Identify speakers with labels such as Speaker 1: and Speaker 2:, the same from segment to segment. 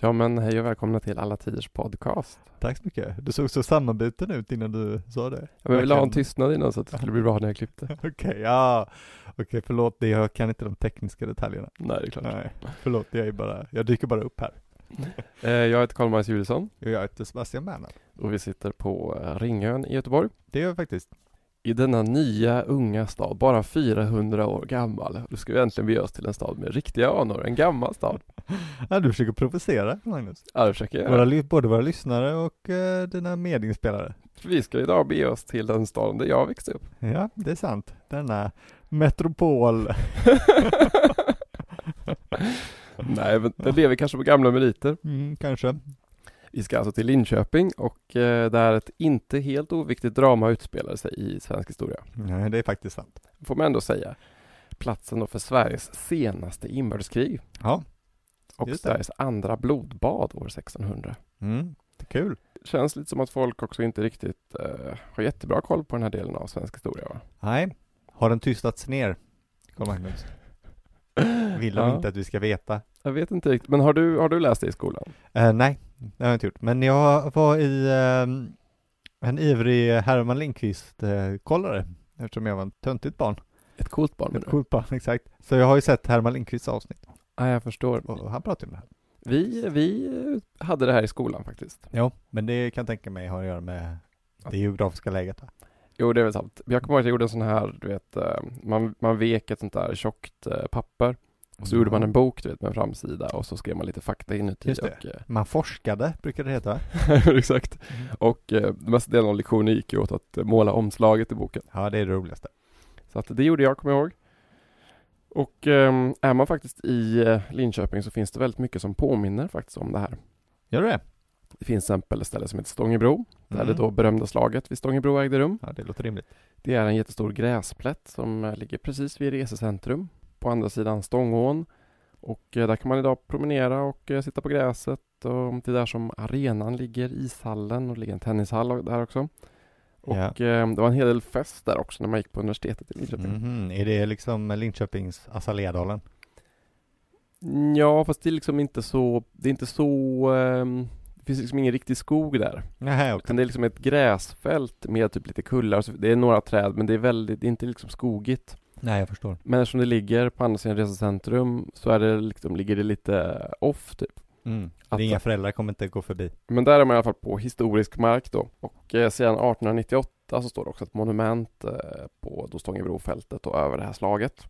Speaker 1: Ja men hej och välkomna till Alla Tiders podcast.
Speaker 2: Tack så mycket. Du såg så sammanbiten ut innan du sa det.
Speaker 1: Ja, men vi la
Speaker 2: Verkligen.
Speaker 1: en tystnad innan så att det skulle bli bra när jag klippte.
Speaker 2: Okej, ja. Okej, förlåt. det- Jag kan inte de tekniska detaljerna.
Speaker 1: Nej det är klart.
Speaker 2: Nej, förlåt. Jag är bara, jag dyker bara upp här.
Speaker 1: Eh, Jag heter Karl Majs Julisson
Speaker 2: Jag heter Sebastian Bernhard.
Speaker 1: och vi sitter på eh, Ringön i Göteborg.
Speaker 2: Det gör jag faktiskt.
Speaker 1: I denna nya unga stad, bara 400 år gammal. Då ska vi äntligen bege oss till en stad med riktiga anor, en gammal stad.
Speaker 2: Ja, du försöker provocera, Magnus.
Speaker 1: Ja det försöker jag.
Speaker 2: Våra,
Speaker 1: göra.
Speaker 2: ly- både våra lyssnare och eh, dina medinspelare.
Speaker 1: Vi ska idag bege oss till den staden där jag växte upp.
Speaker 2: Ja, det är sant. Denna metropol.
Speaker 1: Nej men den lever kanske på gamla meriter.
Speaker 2: Mm, kanske.
Speaker 1: Vi ska alltså till Linköping och eh, där ett inte helt oviktigt drama utspelade sig i svensk historia.
Speaker 2: Nej, det är faktiskt sant.
Speaker 1: får man ändå säga, platsen då för Sveriges senaste inbördeskrig
Speaker 2: Ja.
Speaker 1: och
Speaker 2: Just det.
Speaker 1: Sveriges andra blodbad år 1600.
Speaker 2: Mm, det är kul.
Speaker 1: Känns lite som att folk också inte riktigt eh, har jättebra koll på den här delen av svensk historia. Va?
Speaker 2: Nej, har den tystats ner? Karl Magnus. Vill de
Speaker 1: Ja,
Speaker 2: inte att vi ska veta?
Speaker 1: Jag vet inte riktigt, men har du, har du läst det i skolan?
Speaker 2: Eh, nej, det har jag inte gjort. Men jag var i ehm, en ivrig Herman Lindqvist-kollare, eftersom jag var ett töntigt barn.
Speaker 1: Ett coolt barn menar
Speaker 2: Ett
Speaker 1: du?
Speaker 2: coolt barn, exakt. Så jag har ju sett Herman Lindqvists avsnitt,
Speaker 1: Ja, jag förstår.
Speaker 2: och han pratar ju om det här.
Speaker 1: Vi, vi eh, hade det här i skolan faktiskt.
Speaker 2: Jo, men det kan jag tänka mig har att göra med det geografiska läget. Va?
Speaker 1: Jo, det är väl sant. Jag kommer ihåg att jag gjorde en sån här, du vet, eh, man, man vek ett sånt där tjockt eh, papper och så gjorde man en bok, du vet, med en framsida och så skrev man lite fakta inuti.
Speaker 2: Just det.
Speaker 1: Och, eh,
Speaker 2: Man forskade, brukar det heta va?
Speaker 1: Exakt. Och eh, den mesta delen av lektionen gick ju åt att eh, måla omslaget i boken.
Speaker 2: Ja, det är det roligaste.
Speaker 1: Så att det gjorde jag, kommer jag ihåg. Och eh, är man faktiskt i eh, Linköping så finns det väldigt mycket som påminner faktiskt om det här.
Speaker 2: Gör du det?
Speaker 1: Det finns till exempel ett ställe som heter Stångebro, där
Speaker 2: Mm.
Speaker 1: det då berömda slaget vid Stångebro ägde rum.
Speaker 2: Ja, det låter rimligt.
Speaker 1: Det är en jättestor gräsplätt som eh, ligger precis vid resecentrum på andra sidan Stångån. Och eh, där kan man idag promenera och eh, sitta på gräset. Och det är där som arenan ligger, ishallen och det ligger en tennishall där också. Och
Speaker 2: Ja.
Speaker 1: eh, det var en hel del fest där också när man gick på universitetet i Linköping.
Speaker 2: Mhm, Är det liksom Linköpings Azaleadalen?
Speaker 1: Ja, fast det är liksom inte så, det är inte så, ehm, det finns liksom ingen riktig skog där.
Speaker 2: Nej,
Speaker 1: Utan det är liksom ett gräsfält med typ lite kullar, så det är några träd men det är väldigt, det är inte liksom skogigt.
Speaker 2: Nej, jag förstår.
Speaker 1: Men eftersom det ligger på andra sidan resecentrum så är det liksom, ligger det lite off typ.
Speaker 2: Mm.
Speaker 1: Att-
Speaker 2: Inga föräldrar kommer inte gå förbi.
Speaker 1: Men där är man i alla fall på historisk mark då. Och eh, sedan 1898 så står det också ett monument eh, på då Stångebrofältet och över det här slaget.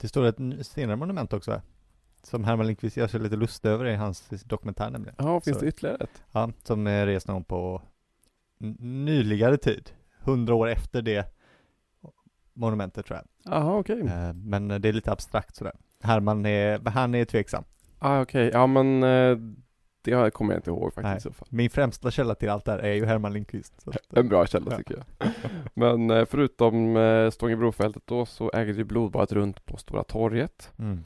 Speaker 2: Det står ett n- senare monument också, va? som Herman Lindqvist gör sig lite lustig över i hans dokumentär nämligen.
Speaker 1: Ja, finns
Speaker 2: Så-
Speaker 1: det ytterligare ett?
Speaker 2: Ja, som är rest någon på n- nyligare tid, hundra år efter det monumentet tror jag.
Speaker 1: Jaha, okej. Ja,
Speaker 2: Eh, Men det är lite abstrakt sådär. Herman är, han är tveksam.
Speaker 1: Ah, okej. Ja, men eh, det har- kommer jag inte ihåg faktiskt
Speaker 2: Nej.
Speaker 1: i så fall.
Speaker 2: Min främsta källa till allt det här är ju Herman Lindqvist. Så att, eh,
Speaker 1: En bra källa tycker jag. Men eh, förutom eh, Stångebrofältet då så äger det ju blodbadet runt på Stora torget.
Speaker 2: mm.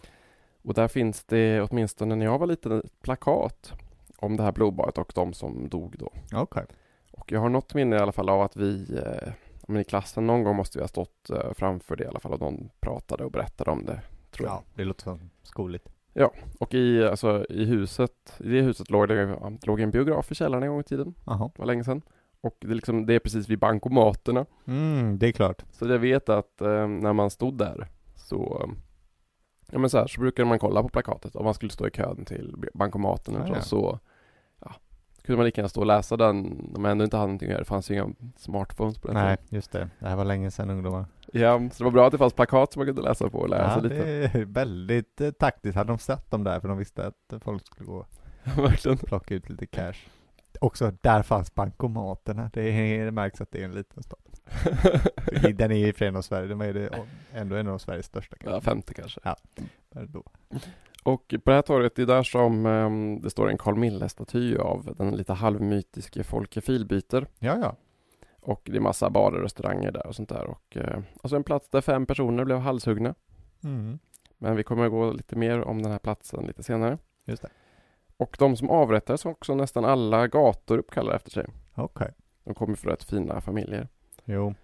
Speaker 1: Och där finns det, åtminstone när jag var liten, ett plakat om det här blodbadet och de som dog då.
Speaker 2: Okej.
Speaker 1: Och jag har något minne i alla fall av att vi eh, ja, men i klassen någon gång måste vi ha stått eh, framför det i alla fall och någon pratade och berättade om det. Tror jag.
Speaker 2: Ja, det låter som skoligt.
Speaker 1: Och i, alltså, i huset, i det huset låg det ja, det låg en biograf i källaren en gång i tiden.
Speaker 2: Jaha.
Speaker 1: Det var länge sedan. Och det, är liksom, det är precis vid bankomaterna.
Speaker 2: Mm, det är klart.
Speaker 1: Så jag vet att eh, när man stod där så eh, Ja men så här, så brukade man kolla på plakatet om man skulle stå i kön till bankomaten eller
Speaker 2: Ah, ja.
Speaker 1: så, så ja, kunde man lika gärna stå och läsa den om man ändå inte hade någonting att göra. Det fanns ju inga smartphones på den
Speaker 2: Nej, just det. Det här var länge sedan ungdomar.
Speaker 1: tiden. Ja, så det var bra att det fanns plakat som man kunde läsa på och läsa
Speaker 2: Ja,
Speaker 1: lite.
Speaker 2: det är väldigt eh, taktiskt. Hade de satt dem där för de visste att folk skulle gå och
Speaker 1: Verkligen.
Speaker 2: plocka ut lite cash. Också, där fanns bankomaterna. Det, är, det märks att det är en liten stad. Det- Den är ju i och för sig en av Sverige, den är det ändå en av Sveriges största
Speaker 1: Ja,
Speaker 2: kanske.
Speaker 1: 50 kanske.
Speaker 2: Där då.
Speaker 1: Och på det här torget, det är där som eh, det står en Carl Mille-staty av den lite halvmytiske Folke Filbyter.
Speaker 2: Ja, ja.
Speaker 1: Och det är massa barer och restauranger där och sånt där. Och, eh, alltså en plats där fem personer blev halshuggna.
Speaker 2: Mm.
Speaker 1: Men vi kommer att gå lite mer om den här platsen lite senare.
Speaker 2: Just det.
Speaker 1: Och de som avrättades har också nästan alla gator uppkallade efter sig.
Speaker 2: Okej.
Speaker 1: De kommer från rätt fina familjer.
Speaker 2: Jo.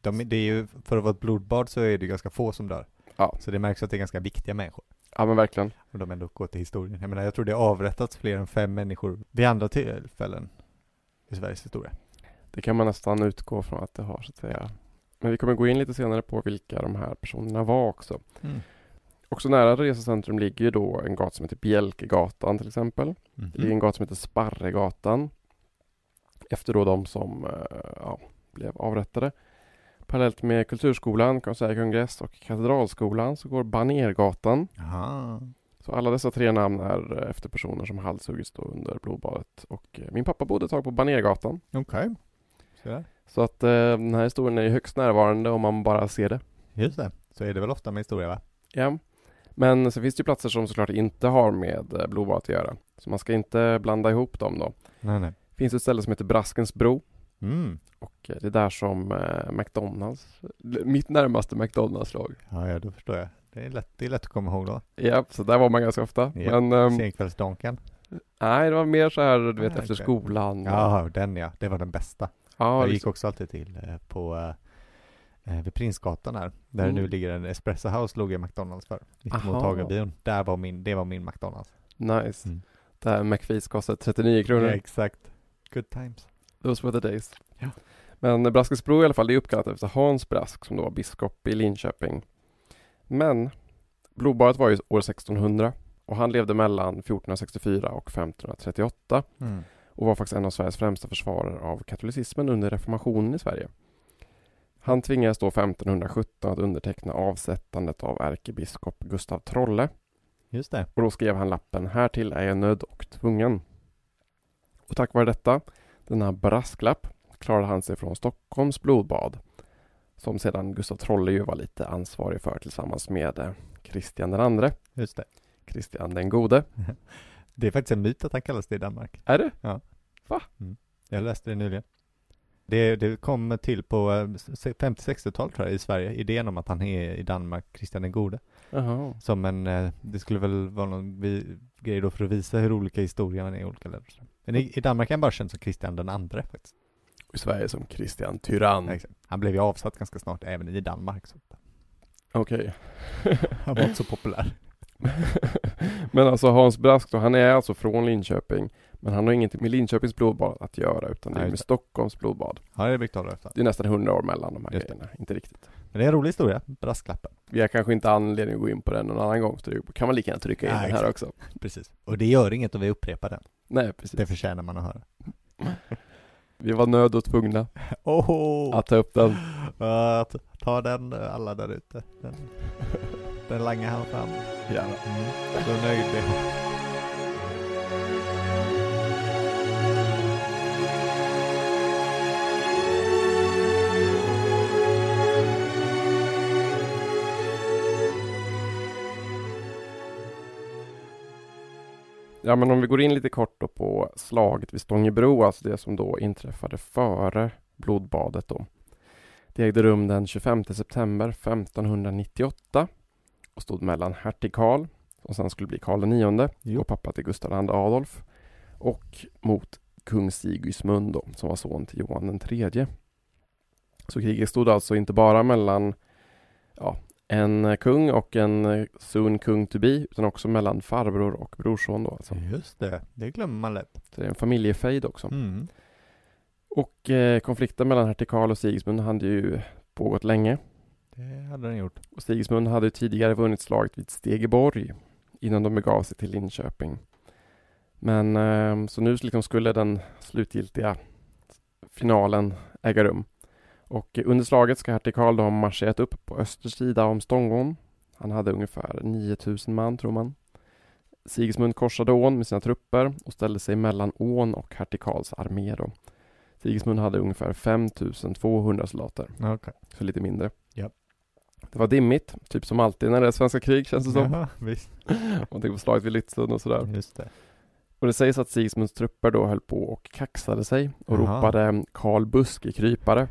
Speaker 2: De, det är ju, för att vara ett blodbad så är det ju ganska få som dör.
Speaker 1: Ja.
Speaker 2: Så det märks att det är ganska viktiga människor.
Speaker 1: Ja men verkligen.
Speaker 2: Och de ändå går till historien. Jag menar, jag tror det har avrättats fler än fem människor vid andra tillfällen i Sveriges historia.
Speaker 1: Det kan man nästan utgå från att det har så att säga. Men vi kommer gå in lite senare på vilka de här personerna var också.
Speaker 2: Mm.
Speaker 1: Också nära resecentrum ligger ju då en gata som heter Bjälkegatan till exempel.
Speaker 2: Mhm.
Speaker 1: Det ligger en gata som heter Sparregatan. Efter då de som eh, ja, blev avrättade. Parallellt med Kulturskolan, Konsertkongress kongress och Katedralskolan så går Banergatan.
Speaker 2: Aha.
Speaker 1: Så alla dessa tre namn är eh, efter personer som halshuggits då under blodbadet. Och eh, min pappa bodde ett tag på Banergatan.
Speaker 2: Okej. Så där.
Speaker 1: Så att eh, den här historien är ju högst närvarande om man bara ser det.
Speaker 2: Just det. Så är det väl ofta med historia va?
Speaker 1: Ja. Men så finns det ju platser som såklart inte har med eh, blodbadet att göra. Så man ska inte blanda ihop dem då.
Speaker 2: Nej, nej.
Speaker 1: Det finns ett ställe som heter Braskens bro.
Speaker 2: Mm.
Speaker 1: Och eh, det är där som eh, McDonalds, l- mitt närmaste McDonalds låg.
Speaker 2: Ja, ja, då förstår jag. Det är lätt, det är lätt att komma ihåg då.
Speaker 1: Ja, så där var man ganska ofta.
Speaker 2: Ja,
Speaker 1: Men ehm,
Speaker 2: Senkvällsdonken.
Speaker 1: nej, det var mer så här, du vet,
Speaker 2: Ah,
Speaker 1: efter
Speaker 2: okej.
Speaker 1: skolan.
Speaker 2: Ja, den ja. Det var den bästa.
Speaker 1: ja
Speaker 2: jag gick
Speaker 1: liksom.
Speaker 2: också alltid till eh, på eh, eh, vid Prinsgatan här, där
Speaker 1: Mm.
Speaker 2: nu ligger en Espresso House, låg jag McDonalds för. Mitt
Speaker 1: Aha.
Speaker 2: mot Hagabion. Där var min, det var min McDonalds.
Speaker 1: Nice.
Speaker 2: Mm.
Speaker 1: Där McFees kostade 39 kronor.
Speaker 2: Ja, exakt. Good times.
Speaker 1: Those were the days.
Speaker 2: Ja.
Speaker 1: Men Braskensbro i alla fall, det är uppkallat efter Hans Brask som då var biskop i Linköping. Men blodbadet var ju år 1600 och han levde mellan 1464 och 1538
Speaker 2: Mm.
Speaker 1: och var faktiskt en av Sveriges främsta försvarare av katolicismen under reformationen i Sverige. Han tvingades då 1517 att underteckna avsättandet av ärkebiskop Gustav Trolle
Speaker 2: Just det.
Speaker 1: och då skrev han lappen Härtill är jag nödd och tvungen. Och tack vare detta, denna brasklapp, klarade han sig från Stockholms blodbad som sedan Gustav Trolle ju var lite ansvarig för tillsammans med eh, Kristian den andre,
Speaker 2: Just det.
Speaker 1: Kristian den gode.
Speaker 2: Det är faktiskt en myt att han kallas det i Danmark. Mm.
Speaker 1: Är det?
Speaker 2: Jag läste det nyligen. Det, det kom till på eh, 50-60-tal tror jag i Sverige, idén om att han är i Danmark, Kristian den gode.
Speaker 1: Jaha.
Speaker 2: Som en, eh, det skulle väl vara någon vi, grej då för att visa hur olika historierna är i olika länder. Men i, i Danmark är han bara känd som Kristian den andre faktiskt.
Speaker 1: I Sverige som Kristian Tyrann.
Speaker 2: Nej, exakt. Han blev ju avsatt ganska snart även i Danmark. Så att
Speaker 1: Okej.
Speaker 2: han var inte så populär.
Speaker 1: men alltså Hans Brask då, han är alltså från Linköping. Men han har ingenting med Linköpings blodbad att göra utan det
Speaker 2: Nej,
Speaker 1: är med
Speaker 2: just det.
Speaker 1: Stockholms blodbad.
Speaker 2: Ja, det är Viktor efter.
Speaker 1: Det är nästan 100 år mellan de här
Speaker 2: Just det.
Speaker 1: grejerna. Inte riktigt.
Speaker 2: Men det är en rolig historia, brasklappen.
Speaker 1: Vi har kanske inte anledning att gå in på den någon annan gång, så det kan man lika gärna trycka in
Speaker 2: Nej,
Speaker 1: den här
Speaker 2: exakt.
Speaker 1: också.
Speaker 2: Precis. Och det gör inget om vi upprepar den.
Speaker 1: Nej, precis.
Speaker 2: Det förtjänar man att höra.
Speaker 1: Vi var nöd och tvungna
Speaker 2: Oho!
Speaker 1: att ta upp den.
Speaker 2: Att ta den eh, alla där ute. Den, den langar han fram.
Speaker 1: Ja.
Speaker 2: Mm. Så nöjd blev han.
Speaker 1: ja, men om vi går in lite kort då på slaget vid Stångebro, alltså det som då inträffade före blodbadet då. Det ägde rum den 25 september 1598 och stod mellan hertig Karl, som sen skulle bli Karl IX
Speaker 2: Jo.
Speaker 1: och pappa till Gustav II Adolf, och mot kung Sigismund då, som var son till Johan III. Så kriget stod alltså inte bara mellan ja, en kung och en eh, soon kung to be, utan också mellan farbror och brorson då alltså.
Speaker 2: Just det, det glömmer man lätt.
Speaker 1: Så det är en familjefejd också.
Speaker 2: Mm.
Speaker 1: Och eh, konflikten mellan hertig Karl och Sigismund hade ju pågått länge.
Speaker 2: Det hade den gjort.
Speaker 1: Och Sigismund hade ju tidigare vunnit slaget vid Stegeborg innan de begav sig till Linköping. Men eh, så nu liksom skulle den slutgiltiga finalen äga rum. Och eh, under slaget ska hertig Karl då ha marscherat upp på öster sida om Stångån. Han hade ungefär 9000 man tror man. Sigismund korsade ån med sina trupper och ställde sig mellan ån och hertig Karls armé då. Sigismund hade ungefär 5200 soldater
Speaker 2: Okej.
Speaker 1: så lite mindre.
Speaker 2: Ja.
Speaker 1: Det var dimmigt, typ som alltid när det är svenska krig känns det som.
Speaker 2: Ja, visst.
Speaker 1: Om man tänker på slaget vid Lützen och sådär.
Speaker 2: Just det.
Speaker 1: Och det sägs att Sigismunds trupper då höll på och kaxade sig och
Speaker 2: Jaha.
Speaker 1: ropade Karl Buske krypare.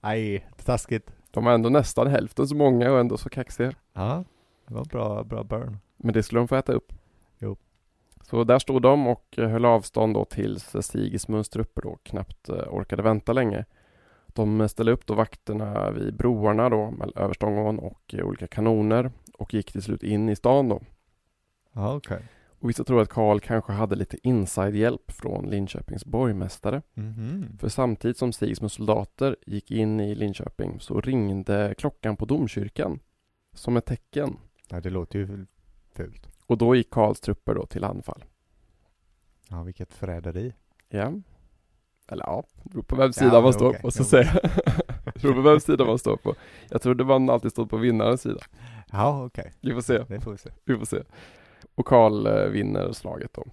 Speaker 2: Nej, taskigt.
Speaker 1: De var ändå nästan hälften så många och ändå så kaxiga.
Speaker 2: Ja, det var bra, bra burn.
Speaker 1: Men det skulle de få äta upp.
Speaker 2: Jo.
Speaker 1: Så där stod de och eh, höll avstånd då tills eh, Sigismunds trupper då knappt eh, orkade vänta länge. De eh, ställde upp då vakterna vid broarna då mell- över Stångån och eh, olika kanoner och gick till slut in i stan då.
Speaker 2: Ja, okej.
Speaker 1: Och vissa tror att Karl kanske hade lite inside-hjälp från Linköpings borgmästare.
Speaker 2: Mhm.
Speaker 1: För samtidigt som Stigs med soldater gick in i Linköping så ringde klockan på domkyrkan som ett tecken.
Speaker 2: Ja, det låter ju fult.
Speaker 1: Och då gick Karls trupper då till anfall.
Speaker 2: Ja, vilket förräderi.
Speaker 1: Ja. Eller ja, det beror på vems sida man står
Speaker 2: okej,
Speaker 1: på så
Speaker 2: jo.
Speaker 1: att säga. Det beror på vems sida man står på. Jag trodde man alltid stod på vinnarens sida.
Speaker 2: Ja, okej.
Speaker 1: Vi får se.
Speaker 2: Det får vi se.
Speaker 1: Vi får se. Och Karl eh, vinner slaget då.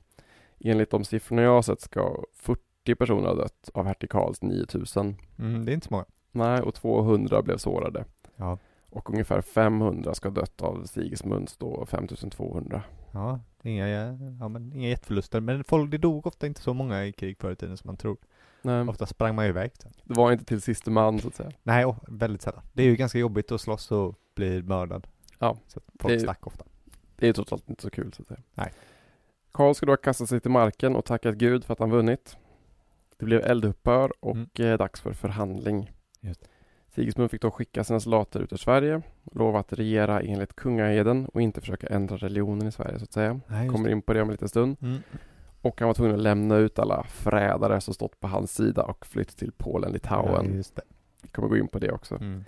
Speaker 1: Enligt de siffrorna jag har sett ska 40 personer ha dött av hertig Karls 9000.
Speaker 2: Mm, det är inte så många.
Speaker 1: Nej, och 200 blev sårade.
Speaker 2: Ja.
Speaker 1: Och ungefär 500 ska ha dött av Sigismunds då 5200.
Speaker 2: Ja, inga, ja, men inga jätteförluster. Men folk, det dog ofta inte så många i krig förr i tiden som man tror.
Speaker 1: Nej,
Speaker 2: Ofta sprang man ju iväg sen.
Speaker 1: det var inte till siste man så att säga.
Speaker 2: Nej, och väldigt sällan. Det är ju ganska jobbigt att slåss och bli mördad.
Speaker 1: Ja,
Speaker 2: Så att folk
Speaker 1: det-
Speaker 2: stack ofta.
Speaker 1: Det är totalt inte så kul så att säga.
Speaker 2: Nej.
Speaker 1: Karl ska då ha kastat sig till marken och tackat Gud för att han vunnit. Det blev eldupphör och
Speaker 2: Mm.
Speaker 1: eh, dags för förhandling.
Speaker 2: Just
Speaker 1: Sigismund fick då skicka sina soldater ut ur Sverige, lova att regera enligt kungaeden och inte försöka ändra religionen i Sverige så att säga.
Speaker 2: Nej, just
Speaker 1: Kommer in på det om en liten stund.
Speaker 2: det. Mm.
Speaker 1: Och han var tvungen att lämna ut alla förrädare som stått på hans sida och flytt till Polen,
Speaker 2: Ja,
Speaker 1: Litauen.
Speaker 2: just det.
Speaker 1: Vi kommer gå in på det också.
Speaker 2: Mm.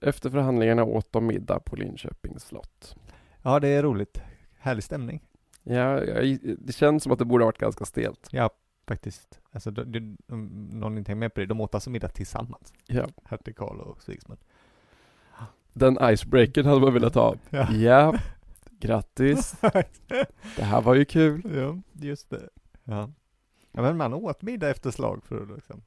Speaker 1: Efter förhandlingarna åt de middag på Linköpings slott.
Speaker 2: Ja, det är roligt. Härlig stämning.
Speaker 1: Ja, jag, det känns som att det borde ha varit ganska stelt.
Speaker 2: Ja, faktiskt. Alltså, de, de, om någon inte hänger med på det, de åt alltså middag tillsammans.
Speaker 1: Ja.
Speaker 2: Hertig Karl och Sigismund.
Speaker 1: Den icebreakern hade man velat ha.
Speaker 2: Ja.
Speaker 1: Ja, grattis. Det här var ju kul.
Speaker 2: ja, just det. Ja. ja, men man åt middag efter slag för att liksom.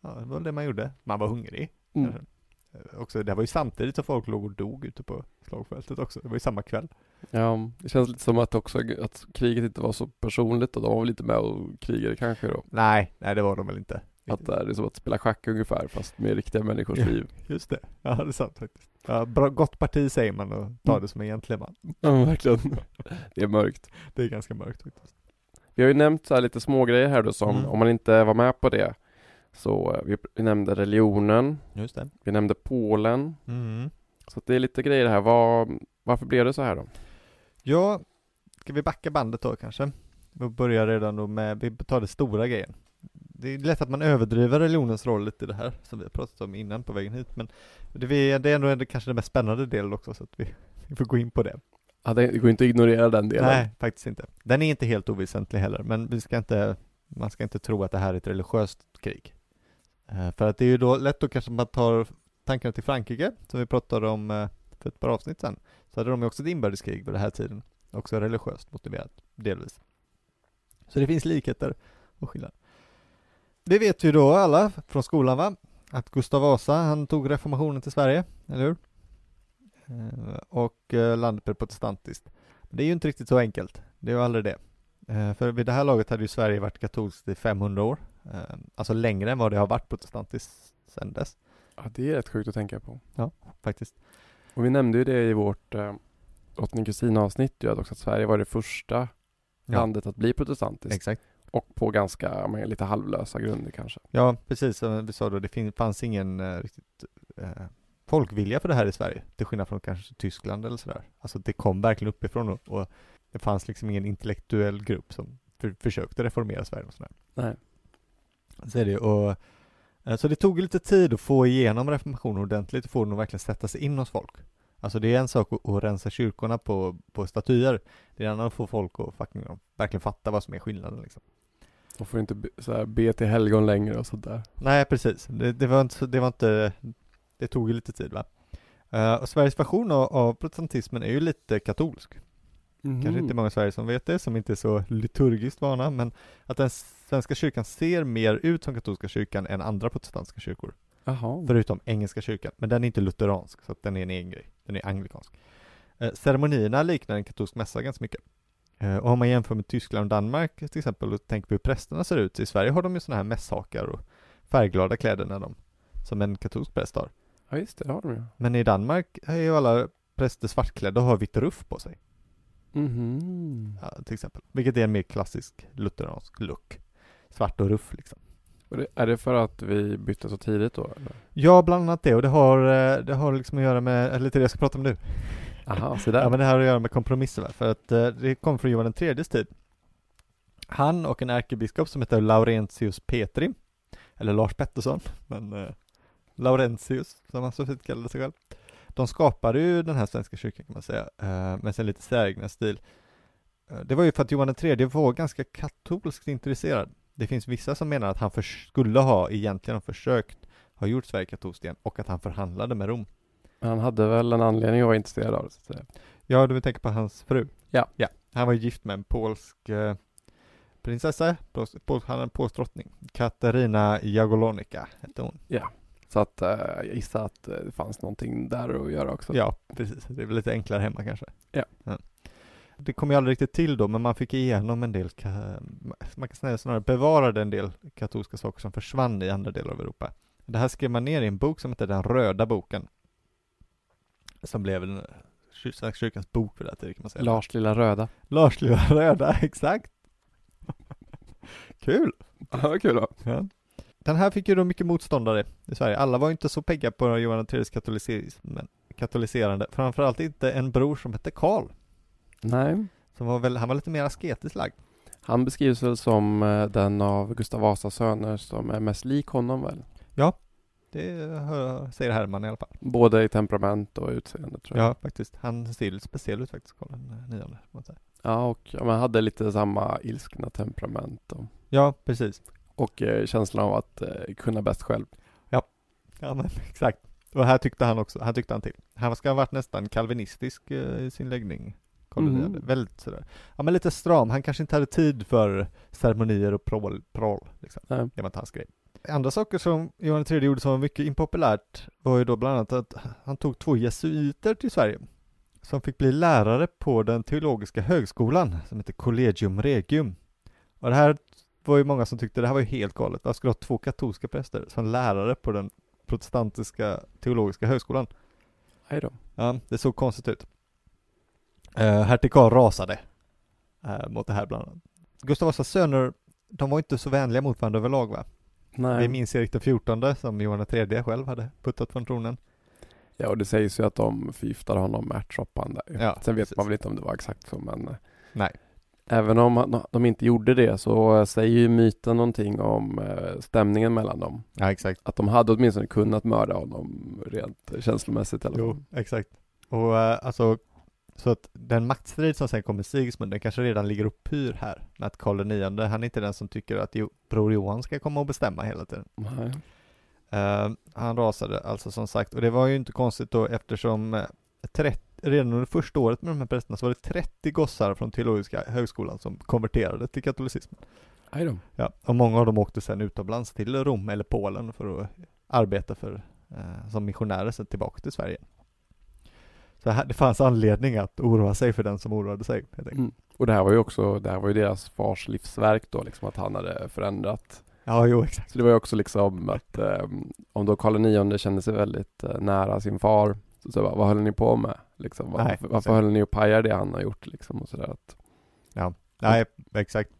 Speaker 2: Ja, det var det man gjorde. Man var hungrig.
Speaker 1: Mm.
Speaker 2: kanske. Eh, Också, det var ju samtidigt som folk låg och dog ute på slagfältet också. Det var ju samma kväll.
Speaker 1: Ja, det känns lite som att också att kriget inte var så personligt och de var väl inte med och krigade kanske då.
Speaker 2: Nej, nej det var de väl inte.
Speaker 1: Att det är som att spela schack ungefär fast med riktiga människors
Speaker 2: Ja.
Speaker 1: liv.
Speaker 2: Just det. Ja, det är sant faktiskt. Ja, bra, gott parti säger man och tar det som en gentleman.
Speaker 1: Ja, men verkligen. Det är mörkt.
Speaker 2: Det är ganska mörkt faktiskt.
Speaker 1: Vi har ju nämnt så här lite smågrejer här då som,
Speaker 2: Mm.
Speaker 1: om man inte var med på det, så eh, vi, vi nämnde religionen,
Speaker 2: Just det.
Speaker 1: vi nämnde Polen,
Speaker 2: Mm.
Speaker 1: så att det är lite grejer här. Vad, varför blev det så här då?
Speaker 2: Ja, ska vi backa bandet då kanske? Vi börjar redan då med, vi tar det stora grejen. Det är lätt att man överdriver religionens roll lite i det här, som vi har pratat om innan på vägen hit, men det, vi- det är ändå kanske den mest spännande delen också, så att vi, vi får gå in på det.
Speaker 1: Ja, det det går inte att ignorera den delen.
Speaker 2: Nej, faktiskt inte. Den är inte helt oväsentlig heller, men vi ska inte, man ska inte tro att det här är ett religiöst krig. Eh, För att det är ju då lätt då kanske man tar tankarna till Frankrike, som vi pratade om eh, för ett par avsnitt sedan, så hade de ju också ett inbördeskrig vid den här tiden, också religiöst motiverat, delvis. Så det finns likheter och skillnader. Det vet vi då alla från skolan va? Att Gustav Vasa, han tog reformationen till Sverige, eller hur? Eh, Och eh, landet blev protestantiskt. Det är ju inte riktigt så enkelt. Det är ju aldrig det. Eh, För vid det här laget hade ju Sverige varit katolskt i 500 år. Eh, Alltså längre än vad det har varit protestantiskt sedan dess,
Speaker 1: Ja, det är rätt sjukt att tänka på.
Speaker 2: faktiskt.
Speaker 1: Och vi nämnde ju det i vårt eh, drottning kusina avsnitt ju, att också att Sverige var det första
Speaker 2: Ja.
Speaker 1: landet att bli protestantiskt.
Speaker 2: Exakt.
Speaker 1: och på ganska, ja, men, lite halvlösa grunder kanske.
Speaker 2: Ja, precis som vi sa då, det fin- fanns ingen eh, riktigt eh, folkvilja för det här i Sverige, till skillnad från kanske Tyskland eller sådär. Alltså det kom verkligen uppifrån och, och det fanns liksom ingen intellektuell grupp som för, försökte reformera Sverige och sådär.
Speaker 1: Nej.
Speaker 2: Så är det ju. och eh, så det tog ju lite tid att få igenom reformationen ordentligt och få den att verkligen sätta sig in hos folk. Alltså det är en sak att, att rensa kyrkorna på, på statyer, det är en annan att få folk att fucking, verkligen fatta vad som är skillnaden liksom.
Speaker 1: De får inte be, så här, be till helgon längre och sådär.
Speaker 2: Nej, precis. Det, det, var inte, så- det var inte, det tog ju lite tid va. Eh, och Sveriges version av, av protestantismen är ju lite katolsk. Kanske
Speaker 1: Mm.
Speaker 2: inte många i Sverige som vet det, som inte är så liturgiskt vana, men att den svenska kyrkan ser mer ut som katolska kyrkan än andra protestantiska kyrkor.
Speaker 1: Jaha.
Speaker 2: Förutom engelska kyrkan, men den är inte lutheransk, så att den är en egen grej. Den är anglikansk. Eh, ceremonierna liknar en katolsk mässa ganska mycket. Eh, och om man jämför med Tyskland och Danmark till exempel, och tänker på hur prästerna ser ut. I Sverige har de ju sådana här mässhakar och färgglada kläder när de, som en katolsk präst har.
Speaker 1: Ja, just det, det har de ju.
Speaker 2: Men i Danmark är ju alla präster svartklädda och har vitt ruff på sig,
Speaker 1: Mhm.
Speaker 2: ja, till exempel. Vilket är en mer klassisk lutheransk look. Svart och ruff liksom.
Speaker 1: Och det- Är det för att vi bytte så tidigt då? Eller?
Speaker 2: Ja, bland annat det, och det har, eh, det har liksom att göra med, eller lite det jag ska prata om nu.
Speaker 1: Aha, så där.
Speaker 2: Ja men det här har att göra med kompromisser va? för att eh, det kom från Johan den tredjes tid. Han och en ärkebiskop som heter Laurentius Petri, eller Lars Pettersson, men eh, Laurentius som han så fint kallade sig själv. De skapade ju den här svenska kyrkan kan man säga, eh, med sin lite särgna stil. Eh, det var ju för att Johan den tredje var ganska katolskt intresserad. Det finns vissa som menar att han förs- skulle ha egentligen ha försökt ha gjort Sverige katolskt igen och att han förhandlade med Rom.
Speaker 1: Han hade väl en anledning att vara intresserad av det. Så att säga.
Speaker 2: Ja, du vill tänka på hans fru?
Speaker 1: Ja.
Speaker 2: Han var gift med en polsk eh, prinsessa, pos, pol, han är en polsk drottning. Katarina Jagolonika hette hon.
Speaker 1: Så att eh, jag gissar att eh, det fanns någonting där att göra också.
Speaker 2: Ja, precis. Det är väl lite enklare hemma kanske.
Speaker 1: Ja.
Speaker 2: Det kom ju aldrig riktigt till då, men man fick igenom en del, ka- man kan snarare, snarare bevarade en del katolska saker som försvann i andra delar av Europa. Det här skrev man ner i en bok som heter Den röda boken. Som blev en kyr- Svenska kyrkans bok vid det här tiden kan man säga.
Speaker 1: Lars lilla röda.
Speaker 2: Lars Lilla Röda, exakt. Kul!
Speaker 1: Ja, kul då.
Speaker 2: Ja. Den här fick ju då mycket motståndare i Sverige. Alla var ju inte så pegga på Johan IIIs katolicism- men- katoliserande. Framförallt inte en bror som hette Karl.
Speaker 1: Nej.
Speaker 2: Som var väl, han var lite mer asketiskt lagd.
Speaker 1: Han beskrivs väl som eh, den av Gustav Vasas söner som är mest lik honom väl?
Speaker 2: Det hör, säger Herman i alla fall.
Speaker 1: Både i temperament och utseende tror jag.
Speaker 2: Ja, faktiskt. Han ser lite speciell ut faktiskt, Karl den nionde. får man säga.
Speaker 1: Ja, och ja, man hade lite samma ilskna temperament och,
Speaker 2: Ja, precis.
Speaker 1: och eh, känslan av att eh, kunna bäst själv.
Speaker 2: Ja, men exakt. Och här tyckte han också, här tyckte han till. Han ska ha varit nästan kalvinistisk eh, i sin läggning. Karl den
Speaker 1: Mhm.
Speaker 2: nionde. Väldigt sådär. Ja, men lite stram. Han kanske inte hade tid för ceremonier och prål, prål liksom.
Speaker 1: Nej.
Speaker 2: Det var inte hans grej. Andra saker som Johan III gjorde som var mycket impopulärt var ju då bland annat att han tog två jesuiter till Sverige som fick bli lärare på den teologiska högskolan som heter Collegium Regium. Och det här var ju många som tyckte det här var ju helt galet. Varför skulle ha två katolska präster som lärare på den protestantiska teologiska högskolan?
Speaker 1: Aj då.
Speaker 2: Ja, det såg konstigt ut. Uh, Hertig Karl rasade eh, mot det här bland annat. Gustav Vasas söner, de var inte så vänliga mot varandra överlag va?
Speaker 1: Nej.
Speaker 2: Vi minns Erik den fjortonde som Johan III själv hade puttat från tronen.
Speaker 1: Ja, och det sägs ju att de förgiftade honom med ärtsoppan där.
Speaker 2: Ja,
Speaker 1: Sen vet
Speaker 2: precis.
Speaker 1: man väl inte om det var exakt så, men eh,
Speaker 2: Nej.
Speaker 1: även om han- de inte gjorde det så eh, säger ju myten någonting om eh, stämningen mellan dem.
Speaker 2: Ja, exakt.
Speaker 1: Att de hade åtminstone kunnat mörda honom rent känslomässigt eller
Speaker 2: Jo, exakt. Och eh, alltså, så att den maktstrid som sen kommer Sigismund, den kanske redan ligger och pyr här. Med att Karl den nionde, han är inte den som tycker att jo, bror Johan ska komma och bestämma hela tiden.
Speaker 1: Nej.
Speaker 2: Eh, han rasade alltså som sagt, och det var ju inte konstigt då eftersom eh, 30, redan under första året med de här prästerna så var det 30 gossar från teologiska högskolan som konverterade till katolicismen.
Speaker 1: Aj då.
Speaker 2: Ja, och många av dem åkte sedan utomlands till Rom eller Polen för att arbeta för, eh, som missionärer sedan tillbaka till Sverige. Så här, det fanns anledning att oroa sig för den som oroade sig. Helt enkelt.
Speaker 1: Mm. Och det här var ju också, det här var ju deras fars livsverk då, liksom att han hade förändrat.
Speaker 2: Ja, jo exakt.
Speaker 1: Så det var ju också liksom att eh, om då Karl IX kände sig väldigt eh, nära sin far, så, så bara, vad höll ni på med? Liksom,
Speaker 2: Nej,
Speaker 1: varför, varför
Speaker 2: exakt.
Speaker 1: höll ni och pajade det han har gjort liksom och sådär att,
Speaker 2: Nej, exakt.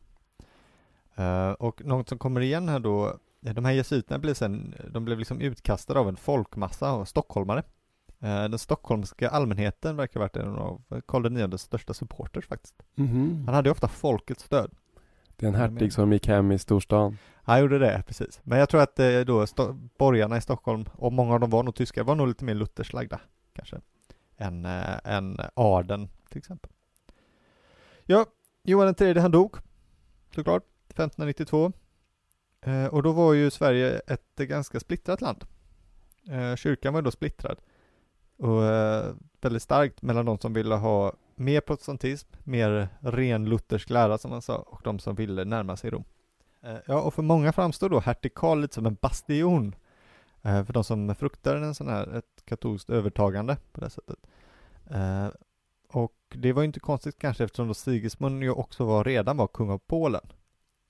Speaker 2: Eh, och något som kommer igen här då, ja, de här jesuiterna blev sen, de blev liksom utkastade av en folkmassa av stockholmare. Eh, den stockholmska allmänheten verkar ha varit en av Karl IXs största supporters faktiskt. Han
Speaker 1: Mm-hmm.
Speaker 2: hade ju ofta folkets stöd.
Speaker 1: Det är en hertig som gick hem i storstan.
Speaker 2: Han gjorde det, precis. Men jag tror att eh, då sto- borgarna i Stockholm, och många av dem var nog tyskar, var nog lite mer luthersk lagda kanske, än, eh, än adeln till exempel. Ja, Johan III han dog, såklart, 1592. Eh, och då var ju Sverige ett eh, ganska splittrat land. Eh, kyrkan var då splittrad och eh, väldigt starkt mellan de som ville ha mer protestantism, mer ren luthersk lära som man sa, och de som ville närma sig Rom. Eh, Ja, och för många framstår då hertig Karl lite som en bastion eh, för de som fruktar en sån här, ett katolskt övertagande på det sättet. Eh, Och det var ju inte konstigt kanske eftersom då Sigismund ju också var, redan var kung av Polen,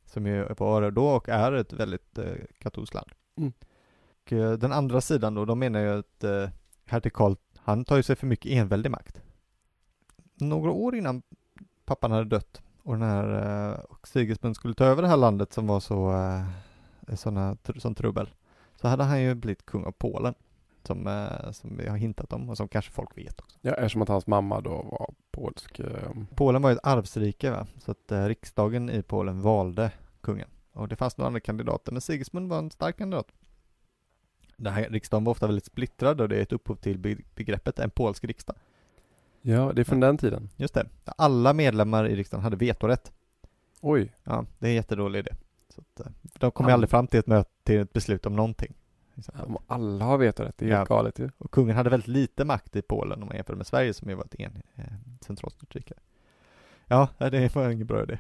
Speaker 2: som ju var då och är ett väldigt eh, katolskt land.
Speaker 1: Mm.
Speaker 2: Och eh, den andra sidan då, de menar ju att eh, hertig Karl, han tar ju sig för mycket enväldig makt. Några år innan pappan hade dött och den här eh, och Sigismund skulle ta över det här landet som var så eh, såna, tr- sån trubbel så hade han ju blivit kung av Polen. som, eh, som vi har hintat om och som kanske folk vet också.
Speaker 1: Ja, eftersom att hans mamma då var polsk. eh,
Speaker 2: Polen var ju ett arvsrike va? så att eh, riksdagen i Polen valde kungen. Och det fanns några andra kandidater, men Sigismund var en stark kandidat. Den här riksdagen var ofta väldigt splittrad och det är ett upphov till be- begreppet en polsk riksdag.
Speaker 1: Ja, det är från den tiden.
Speaker 2: Just det, alla medlemmar i riksdagen hade vetorätt.
Speaker 1: Oj,
Speaker 2: Ja, det är en jättedålig idé. Så att, eh, de kom ju
Speaker 1: Ja.
Speaker 2: aldrig fram till ett, möte, till ett beslut om någonting.
Speaker 1: om alla har vetorätt. Det är
Speaker 2: Ja.
Speaker 1: helt galet ju.
Speaker 2: Och kungen hade väldigt lite makt i Polen om man jämför med Sverige som ju var ett en, eh, centralstyrt rike. Ja, nej, det var ingen bra idé.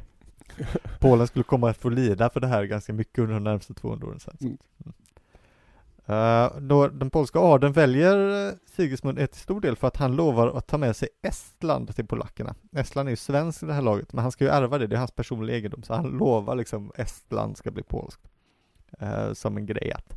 Speaker 2: Polen skulle komma att få lida för det här ganska mycket under de närmaste 200 åren sen.
Speaker 1: Mm.
Speaker 2: Eh, då den polska adeln väljer eh, Sigismund är till stor del för att han lovar att ta med sig Estland till polackerna. Estland är ju svensk i det här laget, men han ska ju ärva det, det är hans personliga egendom, så han lovar liksom Estland ska bli polskt. Eh, som en grej att